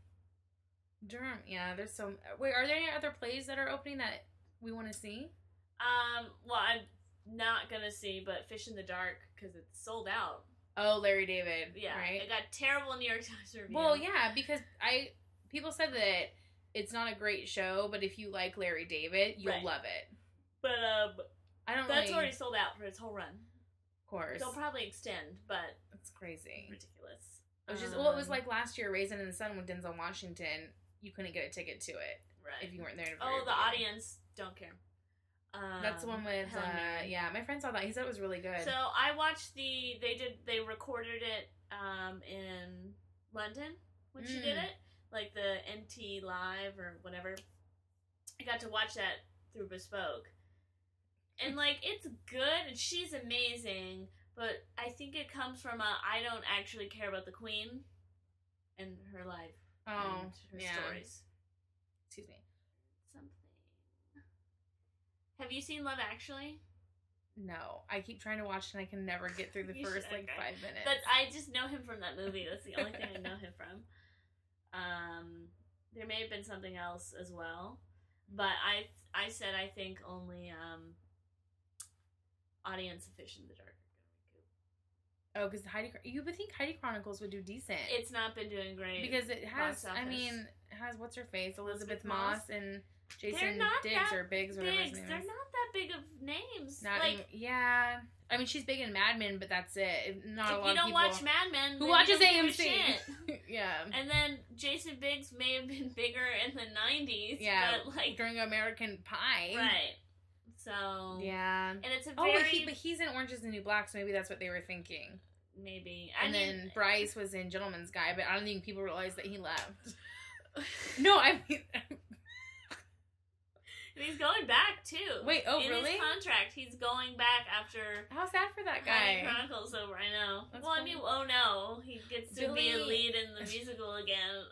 S1: Durham. Yeah, there's some. Wait, are there any other plays that are opening that we want to see?
S2: Um. Well, I'm not gonna see, but Fish in the Dark because it's sold out.
S1: Oh, Larry David.
S2: Yeah.
S1: Right.
S2: It got terrible New York Times review.
S1: Well, yeah, because I people said that it's not a great show, but if you like Larry David, you'll
S2: Right.
S1: love it.
S2: But um,
S1: I don't
S2: that's
S1: really,
S2: already sold out for its whole run.
S1: of course.
S2: They'll probably extend, but
S1: It's crazy.
S2: ridiculous.
S1: It was just well, it was
S2: Um,
S1: like last year, Raisin in the Sun with Denzel Washington. You couldn't get a ticket to it
S2: right.
S1: if you weren't there. at the very
S2: oh, the
S1: beginning.
S2: audience don't care. Um,
S1: That's the one with
S2: Helen
S1: uh,
S2: Mirren.
S1: yeah. My friend saw that. He said it was really good.
S2: So I watched the they did they recorded it um in London when she did
S1: Mm.
S2: it like the NT live or whatever. I got to watch that through Bespoke, and like it's good and she's amazing, but I think it comes from a I don't actually care about the Queen and her life
S1: oh
S2: and her
S1: yeah.
S2: stories.
S1: Excuse me.
S2: Something. Have you seen Love Actually?
S1: No, I keep trying to watch and I can never get through the
S2: You
S1: first
S2: should,
S1: like
S2: okay.
S1: five minutes.
S2: But I just know him from that movie. That's the only thing I know him from. Um, there may have been something else as well, but I I said I think only um, audience of Fish in the Dark.
S1: oh, because Heidi, Chron- you would think Heidi Chronicles would do decent.
S2: It's not been doing great
S1: because it has.
S2: box
S1: I
S2: office.
S1: mean, it has what's her face Elizabeth
S2: Elizabeth
S1: Moss,
S2: Moss.
S1: and Jason
S2: not
S1: Diggs
S2: that
S1: or Biggs, whatever
S2: Bigs,
S1: his
S2: they're
S1: name
S2: not
S1: is.
S2: that big of names.
S1: Not
S2: like
S1: even- yeah. I mean, she's big in Mad Men, but that's it. If- Not a
S2: if
S1: lot
S2: you don't
S1: of people.
S2: watch Mad Men,
S1: who
S2: then you
S1: watches
S2: don't give a
S1: AMC?
S2: shit.
S1: yeah.
S2: And then Jason Biggs may have been bigger in the '90s,
S1: Yeah.
S2: but like
S1: During American Pie.
S2: right. So
S1: Yeah.
S2: and it's a
S1: Oh,
S2: very
S1: wait, he, but he's in Orange is the New Black, so maybe that's what they were thinking.
S2: maybe. I
S1: And
S2: mean,
S1: then Bryce was in Gentleman's Guy, but I don't think people realize that he left. no, I mean,
S2: and he's going back too.
S1: Wait, oh,
S2: in
S1: really?
S2: His contract, he's going back after
S1: how sad for that
S2: Guy
S1: guy.
S2: Chronicles over. I know.
S1: That's
S2: well, I
S1: funny.
S2: mean, oh no, he gets to
S1: Do
S2: be a
S1: they-
S2: lead in the musical again.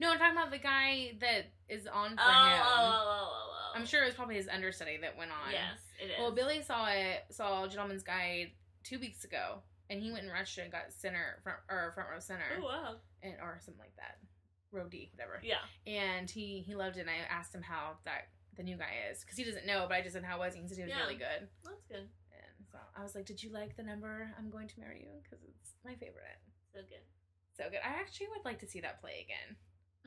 S1: No, I'm talking about the guy that is on
S2: Oh,
S1: for
S2: oh,
S1: him.
S2: oh, oh, oh, oh.
S1: I'm sure it was probably his understudy that went on.
S2: Yes, it is.
S1: Well, Billy saw it, saw Gentleman's Guide two weeks ago, and he went and rushed and got center front or front row center,
S2: Oh wow.
S1: and or something like that, row D, whatever.
S2: Yeah.
S1: And he he loved it. and I asked him how that the new guy is because he doesn't know, but I just said how was he? He said he was
S2: Yeah.
S1: really good.
S2: That's good.
S1: And so I was like, did you like the number? I'm going to marry you because it's my favorite.
S2: So good.
S1: So good. I actually would like to see that play again.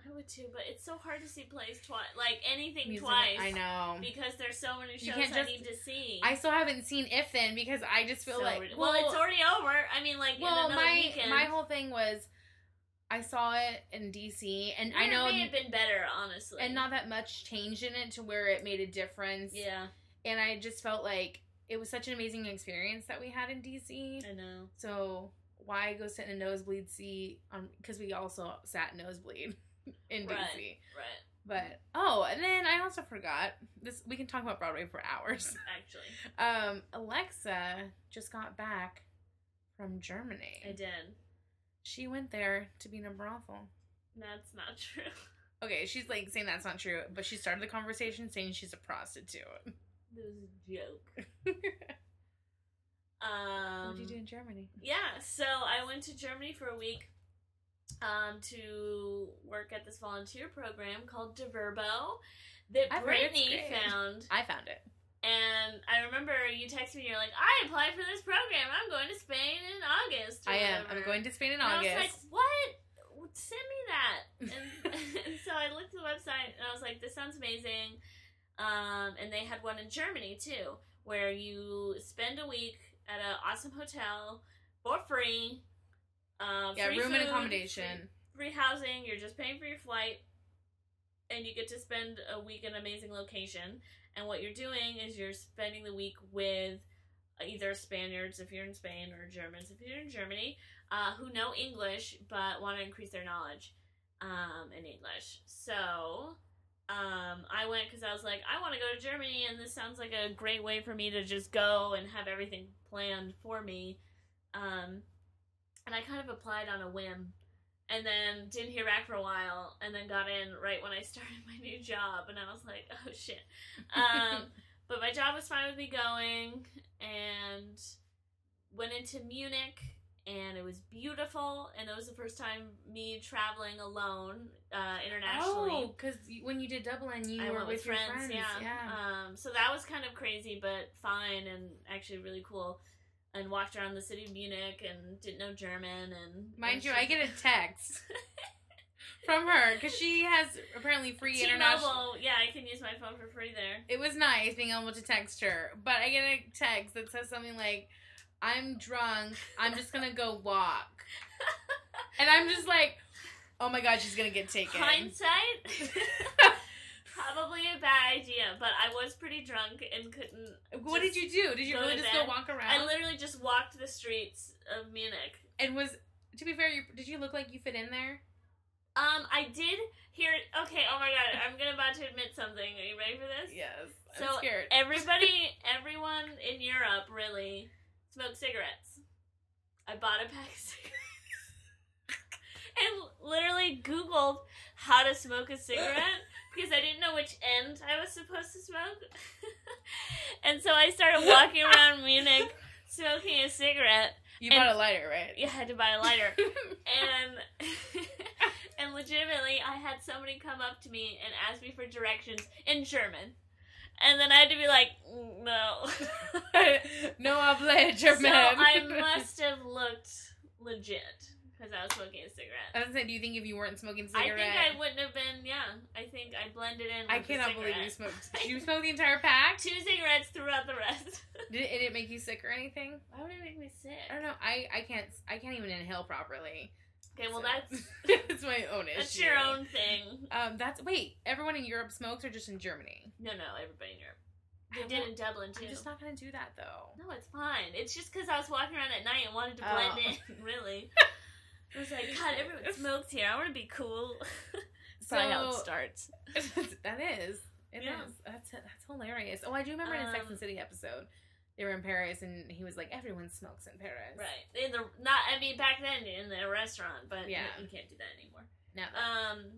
S2: I would too, but it's so hard to see plays twice. Like anything
S1: Music-
S2: twice.
S1: I know.
S2: Because there's so many
S1: You
S2: shows
S1: can't
S2: I
S1: just-
S2: need to see.
S1: I still haven't seen If Then because I just feel
S2: So
S1: like
S2: rid- well, it's already over. I mean, like
S1: Well,
S2: in another
S1: my
S2: weekend.
S1: my whole thing was, I saw it in DC, and I
S2: It
S1: know,
S2: may have been better, honestly.
S1: and not that much change in it to where it made a difference.
S2: Yeah,
S1: And I just felt like it was such an amazing experience that we had in DC.
S2: I know.
S1: So why go sit in a nosebleed seat? On because we also sat nosebleed in
S2: Right.
S1: DC.
S2: Right,
S1: But oh, and then I also forgot this. We can talk about Broadway for hours.
S2: actually,
S1: Um, Alexa just got back from Germany.
S2: I did.
S1: She went there to be in a brothel.
S2: That's not true.
S1: Okay, she's like saying that's not true, but she started the conversation saying she's a prostitute.
S2: It was a joke. Um,
S1: what did you do in Germany?
S2: Yeah, so I went to Germany for a week um, to work at this volunteer program called Diverbo that
S1: I've heard it's
S2: Brittany
S1: great.
S2: found,
S1: I found it.
S2: and I I remember you texted me. You're like, I applied for this program. I'm going to Spain in August. or
S1: I am. I'm
S2: whatever."
S1: going to Spain in
S2: and
S1: August.
S2: I was like, what? Send me that. And, and so I looked at the website and I was like, this sounds amazing. Um, and they had one in Germany too, where you spend a week at an awesome hotel for free. Um,
S1: yeah,
S2: free
S1: room and
S2: food,
S1: accommodation.
S2: free housing. You're just paying for your flight, and you get to spend a week in an amazing location. And what you're doing is you're spending the week with either Spaniards if you're in Spain or Germans if you're in Germany, uh, who know English but want to increase their knowledge um, in English. So. Um, I went because I was like, I want to go to Germany, and this sounds like a great way for me to just go and have everything planned for me. Um, and I kind of applied on a whim and then didn't hear back for a while and then got in right when I started my new job and I was like, oh shit. Um, but my job was fine with me going and went into Munich and it was beautiful and that was the first time me traveling alone uh, internationally.
S1: Oh, because when you did Dublin, you
S2: I
S1: were
S2: went with
S1: your
S2: friends, yeah. Um, so that was kind of crazy, but fine and actually really cool. And walked around the city of Munich and didn't know German and
S1: Mind
S2: and
S1: you,
S2: she-
S1: I get a text from her because she has apparently free international.
S2: T-Mobile, yeah, I can use my phone for free there.
S1: It was nice being able to text her, but I get a text that says something like, "I'm drunk. I'm just gonna go walk," and I'm just like, "Oh my god, she's gonna get taken."
S2: Hindsight, probably a bad idea, but I was pretty drunk and couldn't.
S1: what did you do? Did you
S2: Go
S1: really
S2: to
S1: just
S2: bed.
S1: go walk around?
S2: I literally just walked the streets of Munich.
S1: and was to be fair, you, did you look like you fit in there?
S2: Um, I did hear. Okay, oh my god, I'm gonna about to admit something. Are you ready for this?
S1: Yes, I'm
S2: So,
S1: scared.
S2: Everybody, everyone in Europe really smoked cigarettes. I bought a pack of cigarettes and literally Googled how to smoke a cigarette because I didn't know which end I was supposed to smoke. and so I started walking around Munich smoking a cigarette.
S1: you
S2: and-
S1: bought a lighter, right?
S2: Yeah, I had to buy a lighter. and and legitimately I had somebody come up to me and ask me for directions in German. And then I had to be like, "Mm, no.
S1: no oblige, German.
S2: So I must have looked legit because I was smoking a cigarette.
S1: I was saying, do you think if you weren't smoking
S2: I
S1: cigarette?
S2: think I wouldn't have been. Yeah, I think I blended in. With
S1: I
S2: the
S1: cannot believe you
S2: cigarette.
S1: smoked. Did you smoke the entire pack?
S2: Two cigarettes throughout the rest.
S1: Did it, did it make you sick or anything?
S2: Why would it make me sick?
S1: I don't know. I, I can't I can't even inhale properly.
S2: Okay, well
S1: So,
S2: that's
S1: it's my own issue.
S2: that's your own thing.
S1: Um, that's wait. Everyone in Europe smokes, or just in Germany?
S2: No, no, everybody in Europe.
S1: I
S2: They did in Dublin too.
S1: I'm just not gonna do that though.
S2: No, it's fine. It's just because I was walking around at night and wanted to blend
S1: Oh.
S2: in. Really, I was like, God, everyone smokes here. I want to be cool.
S1: So
S2: starts.
S1: that is. It is.
S2: Yeah.
S1: That's that's hilarious. Oh, I do remember in a Sex
S2: Um,
S1: and the City episode, they were in Paris, and he was like, "Everyone smokes in Paris."
S2: Right in the not. I mean, back then in the restaurant, but yeah,
S1: Yeah.
S2: you can't do that anymore.
S1: No.
S2: Um,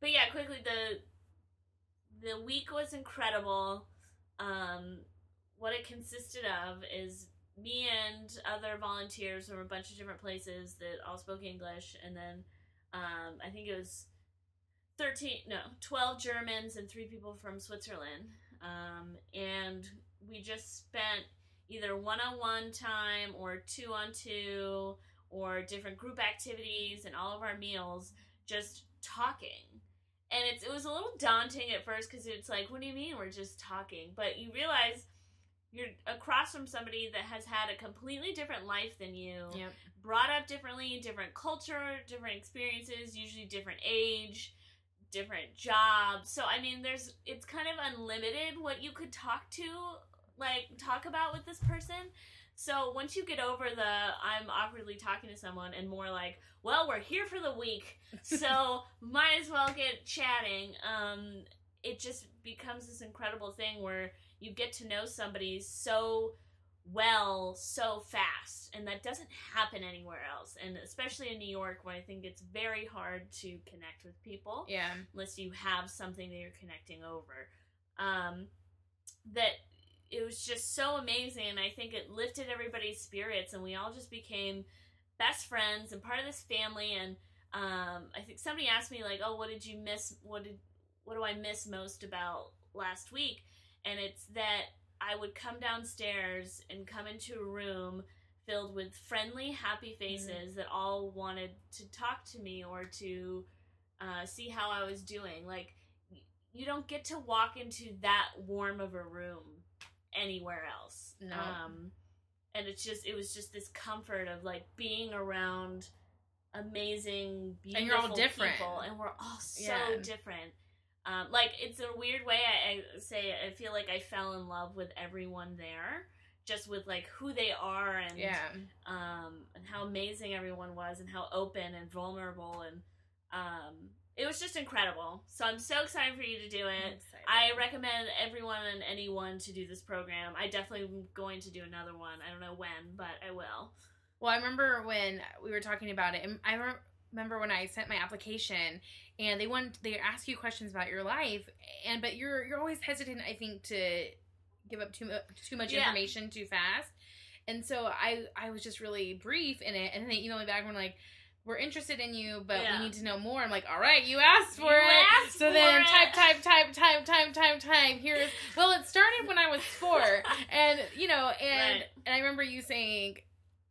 S2: but yeah, quickly the the week was incredible. Um, what it consisted of is me and other volunteers from a bunch of different places that all spoke English, and then um, I think it was thirteen, no, twelve Germans and three people from Switzerland, um, and we just spent either one-on-one time or two-on-two or different group activities and all of our meals just talking. And it's, it was a little daunting at first because it's like, what do you mean we're just talking? But you realize you're across from somebody that has had a completely different life than you,
S1: Yep.
S2: brought up differently, different culture, different experiences, usually different age, different job. So, I mean, there's, it's kind of unlimited what you could talk to, like, talk about with this person. So, once you get over the I'm awkwardly talking to someone and more like, well, we're here for the week, so might as well get chatting. Um, it just becomes this incredible thing where you get to know somebody so well so fast, and that doesn't happen anywhere else. And especially in New York, where I think it's very hard to connect with people
S1: Yeah.
S2: unless you have something that you're connecting over. Um, that it was just so amazing, and I think it lifted everybody's spirits, and we all just became best friends and part of this family. And um, I think somebody asked me like, "Oh, what did you miss? What did what do I miss most about last week?" And it's that I would come downstairs and come into a room filled with friendly, happy faces that all wanted to talk to me or to uh, see how I was doing. Like, y- you don't get to walk into that warm of a room anywhere else.
S1: No.
S2: Um, and it's just, it was just this comfort of like being around amazing, beautiful
S1: And you're all different.
S2: people, and we're all so
S1: Yeah.
S2: different. Um, like it's a weird way. I, I say I feel like I fell in love with everyone there, just with like who they are and
S1: yeah.
S2: um, and how amazing everyone was and how open and vulnerable and um, it was just incredible. So I'm so excited for you to do
S1: I'm
S2: it.
S1: excited.
S2: I recommend everyone and anyone to do this program. I definitely am going to do another one. I don't know when, but I will.
S1: Well, I remember when we were talking about it, and I rem- remember when I sent my application, and they want they ask you questions about your life, and but you're you're always hesitant, I think, to give up too much too much
S2: Yeah.
S1: information too fast, and so I I was just really brief in it, and then they emailed me back and were like. We're interested in you, but
S2: Yeah.
S1: we need to know more. I'm like, all right, you asked for
S2: You
S1: it.
S2: asked
S1: so
S2: for
S1: then
S2: it.
S1: type, type, type, type, type, type, type. Here's well, it started when I was four and you know, and
S2: Right.
S1: and I remember you saying,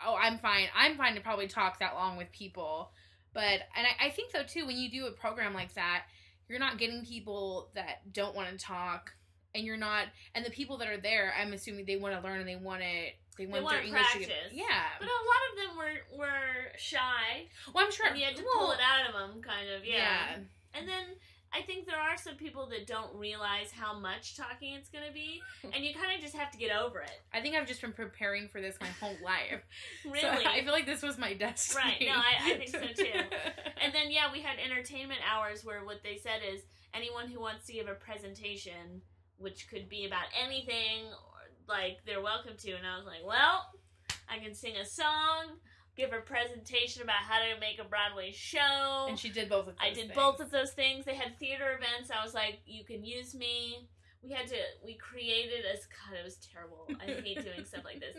S1: "Oh, I'm fine. I'm fine to probably talk that long with people." But and I, I think though too, when you do a program like that, you're not getting people that don't want to talk, and you're not, and the people that are there, I'm assuming they want to learn and they want to. They want,
S2: wanna
S1: their English to get,
S2: practice.
S1: yeah.
S2: But a lot of them were were shy,
S1: Well, I'm sure.
S2: and you had to
S1: well,
S2: pull it out of them, kind of. Yeah.
S1: Yeah.
S2: And then I think there are some people that don't realize how much talking it's going to be, and you kind of just have to get over it.
S1: I think I've just been preparing for this my whole life.
S2: Really.
S1: So I feel like this was my destiny.
S2: I- I think so, too. and then yeah, we had entertainment hours where what they said is anyone who wants to give a presentation, which could be about anything, or, like they're welcome to. And I was like, well, I can sing a song, give a presentation about how to make a Broadway show.
S1: and she did both of
S2: I
S1: those
S2: did
S1: things.
S2: both of those things. They had theater events. I was like, you can use me. We had to, we created a, God, it was terrible. I hate doing stuff like this,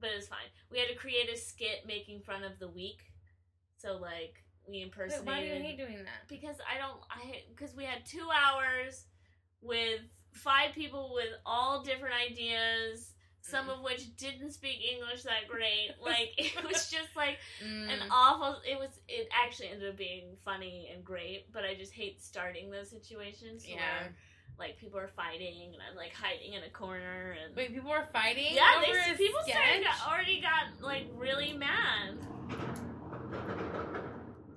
S2: but it was fine. We had to create a skit making fun of the week. So, like, we
S1: Wait,
S2: impersonated.
S1: why do you hate doing that?
S2: because I don't, I, because we had two hours with five people with all different ideas. Some of which didn't speak English that great. Like it was just like
S1: Mm.
S2: an awful it was it actually ended up being funny and great but i just hate starting those situations
S1: Yeah.
S2: where like people are fighting and i'm like hiding in a corner and
S1: Wait, people were fighting.
S2: yeah
S1: over
S2: they,
S1: a
S2: people oh.
S1: sketch?
S2: started got, already got like really mad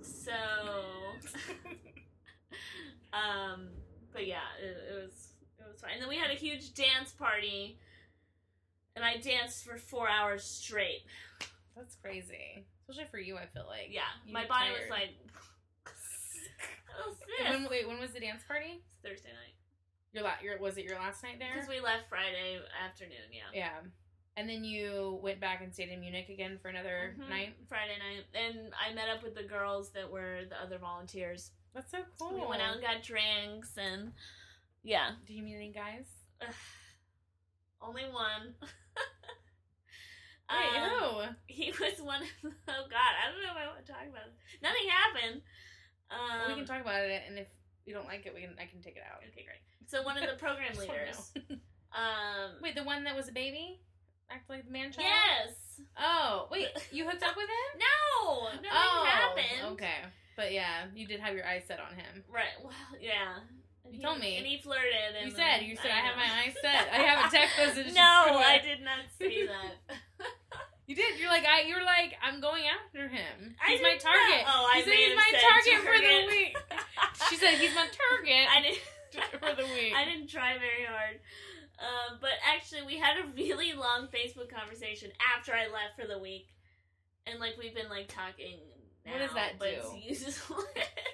S2: so um but yeah it, it was it was fine and then we had a huge dance party and i danced for four hours straight
S1: That's crazy, especially for you. I feel like.
S2: yeah
S1: You
S2: my
S1: were
S2: body
S1: tired.
S2: was like Oh,
S1: And
S2: sis.
S1: When, wait, when was the dance party?
S2: It's Thursday night.
S1: Your la- your was it your last night there?
S2: Because we left Friday afternoon, yeah.
S1: yeah, and then you went back and stayed in Munich again for another
S2: Mhm.
S1: night.
S2: Friday night. And I met up with the girls that were the other volunteers.
S1: That's so cool.
S2: We went out and got drinks and yeah.
S1: Do you meet any guys?
S2: Ugh. Only one.
S1: Wait,
S2: Um,
S1: who?
S2: He was one of oh god, I don't know if I want to talk about it. Nothing happened. Um,
S1: we can talk about it, and if you don't like it, we can I can take it out.
S2: Okay, great. So one of the program
S1: Just wanna
S2: leaders. Um
S1: Wait, the one that was a baby, acted like the man child.
S2: Yes.
S1: Oh, wait, you hooked up with him?
S2: No, nothing happened.
S1: Oh, Okay. But yeah, you did have your eyes set on him.
S2: Right. Well, yeah. And
S1: You
S2: he-
S1: told me.
S2: And he flirted. And
S1: You said, you said, I, have
S2: know.
S1: my eyes set. I have a text message.
S2: no,
S1: to you.
S2: I did not say that.
S1: You did. You're like, I, you're like, I'm going after him.
S2: I
S1: He's my
S2: did not-
S1: target.
S2: Oh, I
S1: you said
S2: may
S1: he's
S2: have
S1: my
S2: said
S1: target, for the
S2: target.
S1: week. she said, he's my target
S2: I didn't.
S1: for the week.
S2: I didn't try very hard. Uh, but actually, we had a really long Facebook conversation after I left for the week, and like we've been like talking. Now,
S1: What does that
S2: but
S1: do?
S2: it's useless.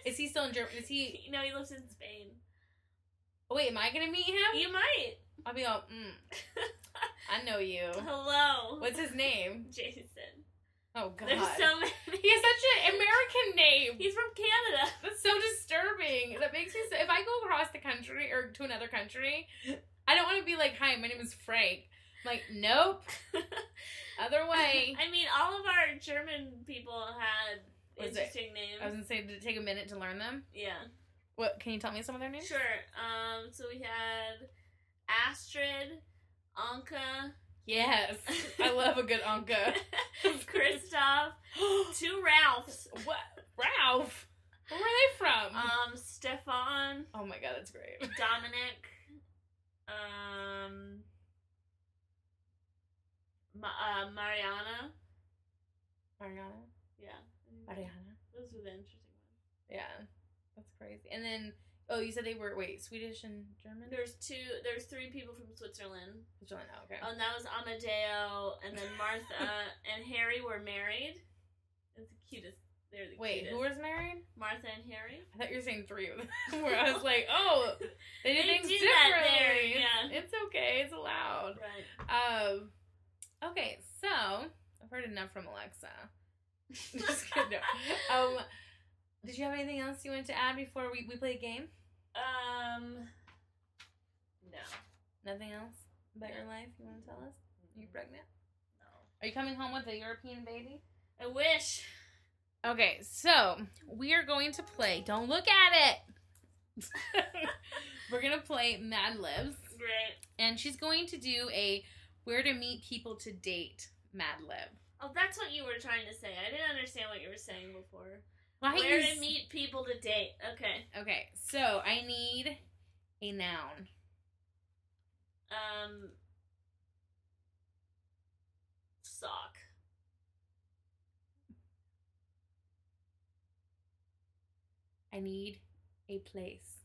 S1: Is he still in Germany? Is he?
S2: no, he lives in Spain.
S1: oh, Wait, am I gonna meet him?
S2: You might.
S1: I'll be all. Mm, I know you.
S2: Hello,
S1: What's his name?
S2: Jason?
S1: Oh God.
S2: There's so many.
S1: he has such an American name.
S2: He's from Canada.
S1: That's so disturbing. That makes me. So, if I go across the country or to another country, I don't want to be like, "Hi, my name is Frank." I'm like, nope. Other way.
S2: I mean, all of our German people had
S1: What is it?
S2: interesting names.
S1: I was gonna say, did it take a minute to learn them?
S2: yeah,
S1: What? Can you tell me some of their names?
S2: sure. Um, so we had Astrid, Anka,
S1: Yes. I love a good Anka.
S2: Kristoff, two Ralphs,
S1: what? Ralph? Where were they from?
S2: um, Stefan,
S1: oh my god, that's great.
S2: Dominic, um, Ma- uh, Mariana.
S1: Mariana?
S2: Yeah,
S1: Mariana?
S2: those were the interesting ones.
S1: Yeah. That's crazy. And then, oh, you said they were, wait, Swedish and German?
S2: There's two. There's three people from Switzerland.
S1: Switzerland, oh, okay.
S2: Oh, and that was Amadeo, and then Martha and Harry were married. It's the cutest. They're the
S1: wait,
S2: cutest.
S1: who was married?
S2: Martha and Harry?
S1: I thought you were saying three of them. Where I was like, oh, they did
S2: They
S1: things
S2: do that there,
S1: differently.
S2: yeah.
S1: It's okay. It's allowed.
S2: Right.
S1: Um, okay, so I've heard enough from Alexa. Just kidding. No. Um, did you have anything else you wanted to add before we, we play a game?
S2: Um. No.
S1: Nothing else about your life you want to tell us? you pregnant?
S2: No.
S1: Are you coming home with a European baby?
S2: I wish.
S1: Okay, so we are going to play. Don't look at it. We're gonna play Mad Libs,
S2: Great.
S1: and she's going to do a where to meet people to date Mad Lib.
S2: Oh, that's what you were trying to say. I didn't understand what you were saying before.
S1: Why
S2: Where
S1: you
S2: to
S1: s-
S2: meet people to date. Okay.
S1: Okay, so I need a noun.
S2: Um. Sock.
S1: I need a place.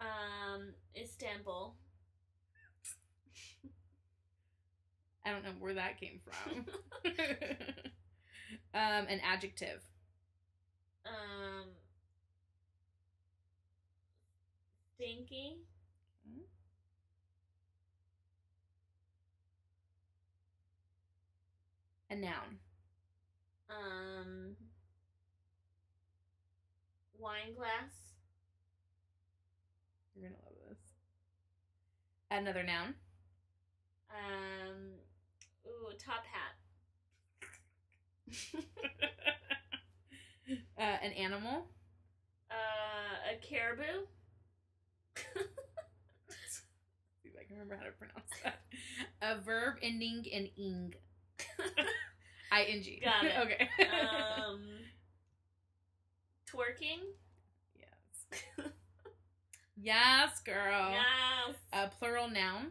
S2: Um. Istanbul.
S1: I don't know where that came from. um, an adjective.
S2: Um. Stinky.
S1: Hmm? A noun.
S2: Um. Wine glass.
S1: You're gonna love this. Another noun.
S2: Um. Ooh, top hat.
S1: uh, an animal.
S2: Uh, a caribou.
S1: See if I can remember how to pronounce that. A verb ending in ing. I n g.
S2: Got it.
S1: okay.
S2: um, twerking.
S1: yes. yes, girl.
S2: Yes.
S1: A plural noun.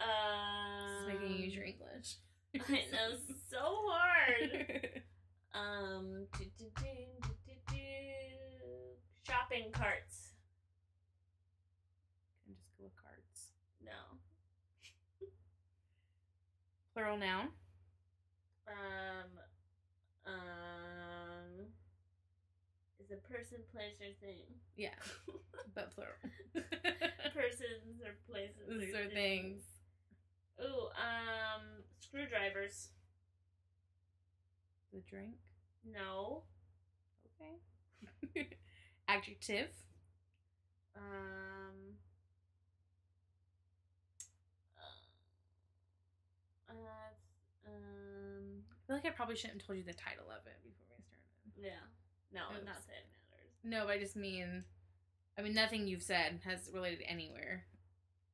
S2: Um,
S1: this is making you use your English.
S2: I know so hard. Um, do, do, do, do, do, do. shopping carts.
S1: and just go with cards.
S2: No.
S1: Plural noun.
S2: Um, um, is a person, place, or thing.
S1: Yeah, but plural.
S2: Persons or places
S1: These are things.
S2: Ooh, um, screwdrivers.
S1: The drink.
S2: No.
S1: Okay. Adjective.
S2: Um. Uh, um.
S1: I feel like I probably shouldn't have told you the title of it before we started.
S2: Yeah. No,
S1: Oops.
S2: not that it matters.
S1: No, but I just mean, I mean, nothing you've said has related anywhere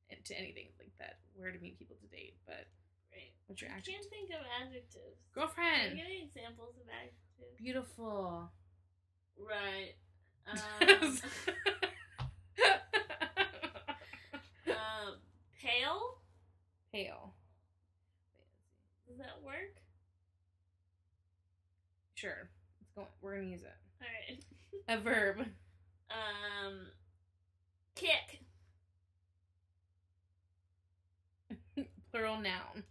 S1: to anything like that. Where to meet people to date, but
S2: Great.
S1: what's your
S2: I
S1: adjective?
S2: can't think of adjectives. Can
S1: Girlfriend.
S2: you give me examples of adjectives?
S1: Beautiful.
S2: Right. Um. um. Pale.
S1: Pale.
S2: Does that work?
S1: Sure. It's going. We're gonna use it.
S2: All right.
S1: A verb.
S2: Um. Kick.
S1: Plural noun.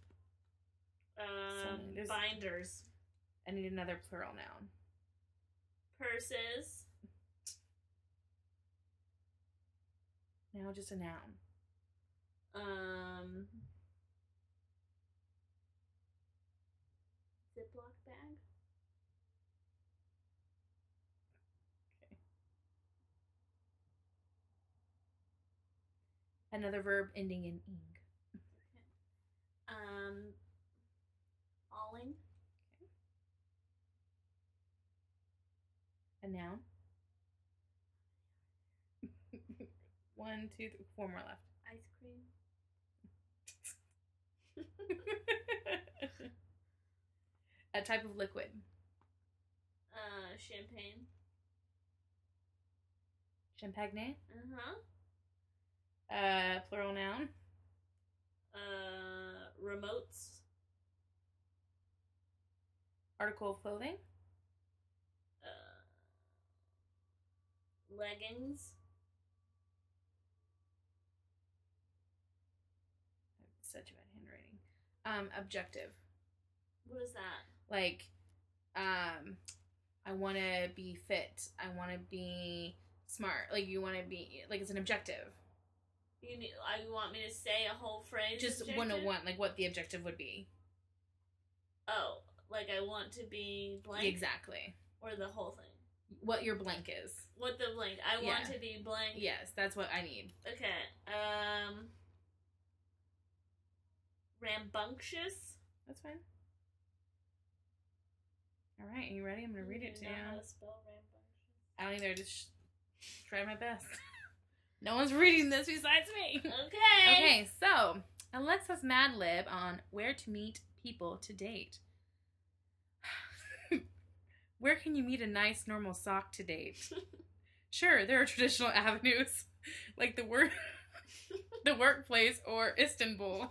S2: Um.
S1: there's-
S2: binders.
S1: I need another plural noun.
S2: Purses.
S1: Now just a noun.
S2: Um, Ziploc bag.
S1: Another verb ending in ing.
S2: Um, awling.
S1: A noun. One, two, three, four more left.
S2: Ice cream.
S1: type of liquid?
S2: Uh, champagne.
S1: Champagne?
S2: Uh huh.
S1: Uh, plural noun.
S2: Uh, remotes.
S1: Article of clothing.
S2: Uh, leggings.
S1: Such bad handwriting. Um, objective.
S2: What is that?
S1: Like, um, I want to be fit. I want to be smart. Like, you want to be, like, it's an objective.
S2: You need, uh, you want me to say a whole phrase?
S1: Just
S2: objective?
S1: 101, like, what the objective would be.
S2: Oh, like I want to be blank.
S1: Exactly.
S2: Or the whole thing.
S1: What your blank is.
S2: What the blank? I want
S1: Yeah.
S2: to be blank.
S1: Yes, that's what I need.
S2: Okay. Um. Rambunctious.
S1: That's fine. All right, you ready? I'm going to read it to
S2: Do
S1: you.
S2: you know how to spell rambunctious?
S1: I don't either. Just sh- try my best. no one's reading this besides me.
S2: Okay.
S1: okay, so Alexa's Mad Lib on where to meet people to date. where can you meet a nice, normal sock to date? sure, there are traditional avenues like the work, the workplace, or Istanbul.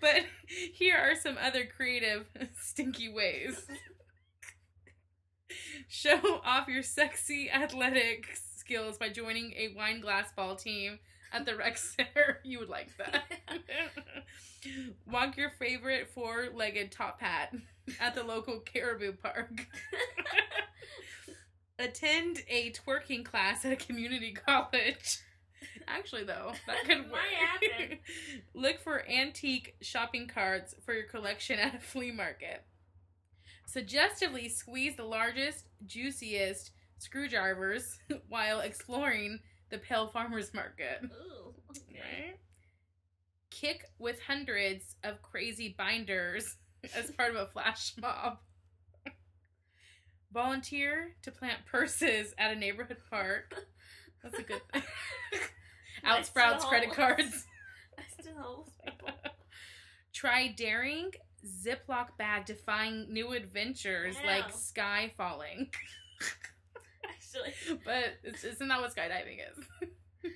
S1: but here are some other creative, stinky ways. Show off your sexy athletic skills by joining a wine glass ball team at the rec center. You would like that. Walk your favorite four legged top hat at the local caribou park. Attend a twerking class at a community college. Actually, though, that could
S2: Might
S1: work.
S2: happen.
S1: Look for antique shopping carts for your collection at a flea market. Suggestively squeeze the largest, juiciest screwdrivers while exploring the Pale Farmers Market.
S2: Ooh. Okay.
S1: Right? Kick with hundreds of crazy binders as part of a flash mob. Volunteer to plant purses at a neighborhood park. That's a good thing.
S2: That's
S1: Outsprouts
S2: so-
S1: credit cards.
S2: I still.
S1: Try daring Ziploc bag defying new adventures
S2: Wow.
S1: like sky falling.
S2: Actually.
S1: but it's, isn't that what skydiving is?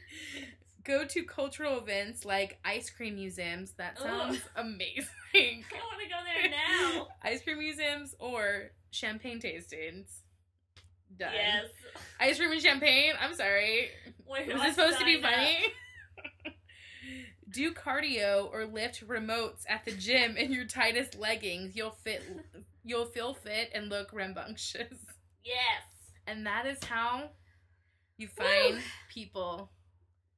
S1: Go to cultural events like ice cream museums. That
S2: Ugh.
S1: sounds amazing.
S2: I want to go there now.
S1: Ice cream museums or champagne tastings. Done.
S2: Yes.
S1: Ice cream and champagne. I'm sorry.
S2: Where do
S1: Was
S2: I
S1: it supposed to be
S2: sign up?
S1: funny? Do cardio or lift remotes at the gym in your tightest leggings. You'll fit. You'll feel fit and look rambunctious.
S2: Yes.
S1: And that is how you find people.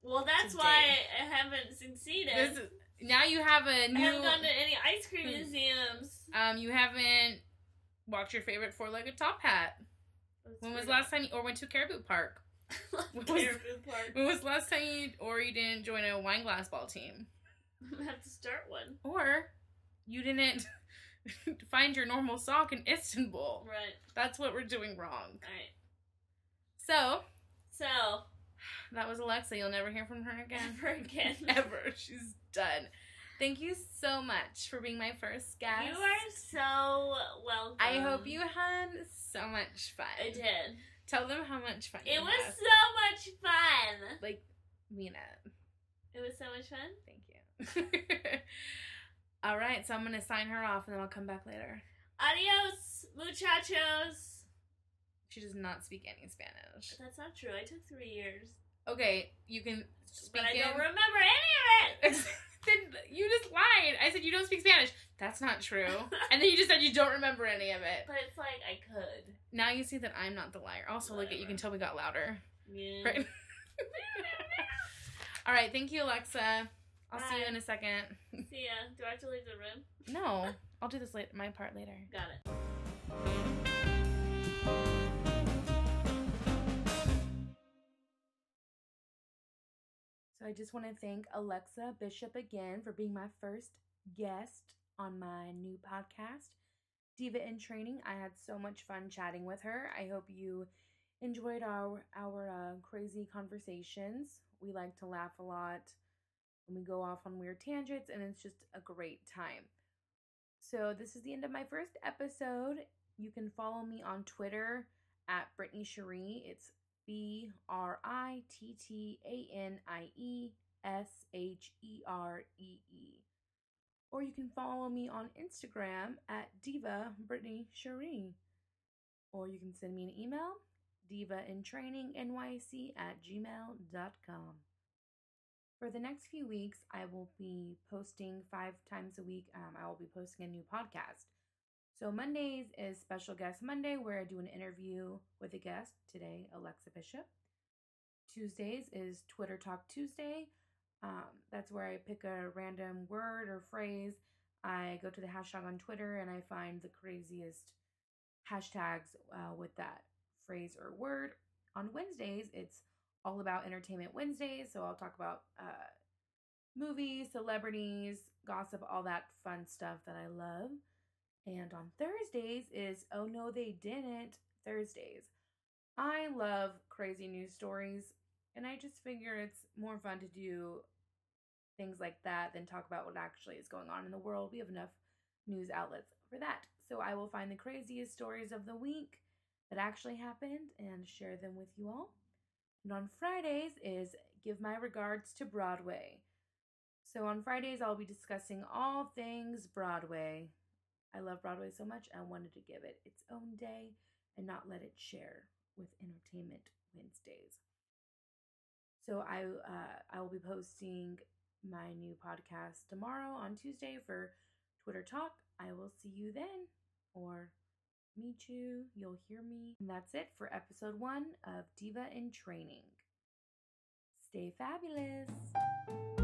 S2: Well, that's
S1: Today.
S2: why I haven't succeeded.
S1: This is- now you have a
S2: I haven't
S1: new.
S2: gone to any ice cream
S1: Hmm.
S2: museums.
S1: Um, you haven't walked your favorite four-legged top hat. When was the last time you or went to Caribou Park? when was-
S2: Caribou Park?
S1: When was the last time you or you didn't join a wine glass ball team?
S2: I'm gonna have to start one.
S1: Or you didn't find your normal sock in Istanbul.
S2: Right.
S1: That's what we're doing wrong.
S2: All right.
S1: So
S2: So
S1: that was Alexa. You'll never hear from her again.
S2: ever again.
S1: Ever. She's done. Thank you so much for being my first guest.
S2: You are so welcome.
S1: I hope you had so much fun.
S2: I did.
S1: Tell them how much fun
S2: It
S1: you
S2: was
S1: had.
S2: so much fun.
S1: like Mina.
S2: It was so much fun.
S1: Thank you. All right, so I'm gonna sign her off, and then I'll come back later.
S2: Adios, muchachos.
S1: She does not speak any Spanish.
S2: That's not true. I took three years,
S1: Okay, you can speak.
S2: but I don't
S1: in-
S2: remember any of it.
S1: then you just lied. I said you don't speak Spanish. That's not true. and then you just said you don't remember any of it.
S2: but it's like I could.
S1: Now you see that I'm not the liar. Also, look at you
S2: Whatever.
S1: can tell we got louder.
S2: Yeah.
S1: Right. All right, thank you, Alexa. I'll see you
S2: Bye.
S1: in a second.
S2: See ya. Do I have to leave the room?
S1: No, I'll do this later. My part later.
S2: Got it.
S3: So I just want to thank Alexa Bishop again for being my first guest on my new podcast, Diva in Training. I had so much fun chatting with her. I hope you enjoyed our our uh, crazy conversations. We like to laugh a lot when we go off on weird tangents, and it's just a great time.
S1: So this is the end of my first episode. You can follow me on Twitter at Brittany Cherie. It's B R I T T A N I E S H E R E E. Or you can follow me on Instagram at Diva Brittany Cherie. Or you can send me an email, divaintrainingnyc at gmail.com. For the next few weeks, I will be posting five times a week. Um, I will be posting a new podcast. So Mondays is Special Guest Monday, where I do an interview with a guest. Today, Alexa Bishop. Tuesdays is Twitter Talk Tuesday. Um, that's where I pick a random word or phrase. I go to the hashtag on Twitter and I find the craziest hashtags uh, with that phrase or word. On Wednesdays, it's all about Entertainment Wednesdays. So I'll talk about uh, movies, celebrities, gossip, all that fun stuff that I love. And on Thursdays is Oh No They Didn't Thursdays. I love crazy news stories, and I just figure it's more fun to do things like that than talk about what actually is going on in the world. We have enough news outlets for that. So I will find the craziest stories of the week that actually happened and share them with you all. And on Fridays is Give My Regards to Broadway. So on Fridays, I'll be discussing all things Broadway. I love Broadway so much, I wanted to give it its own day and not let it share with Entertainment Wednesdays. So I uh, I will be posting my new podcast tomorrow on Tuesday for Twitter Talk. I will see you then, or meet you. You'll hear me. And that's it for episode one of Diva in Training. Stay fabulous.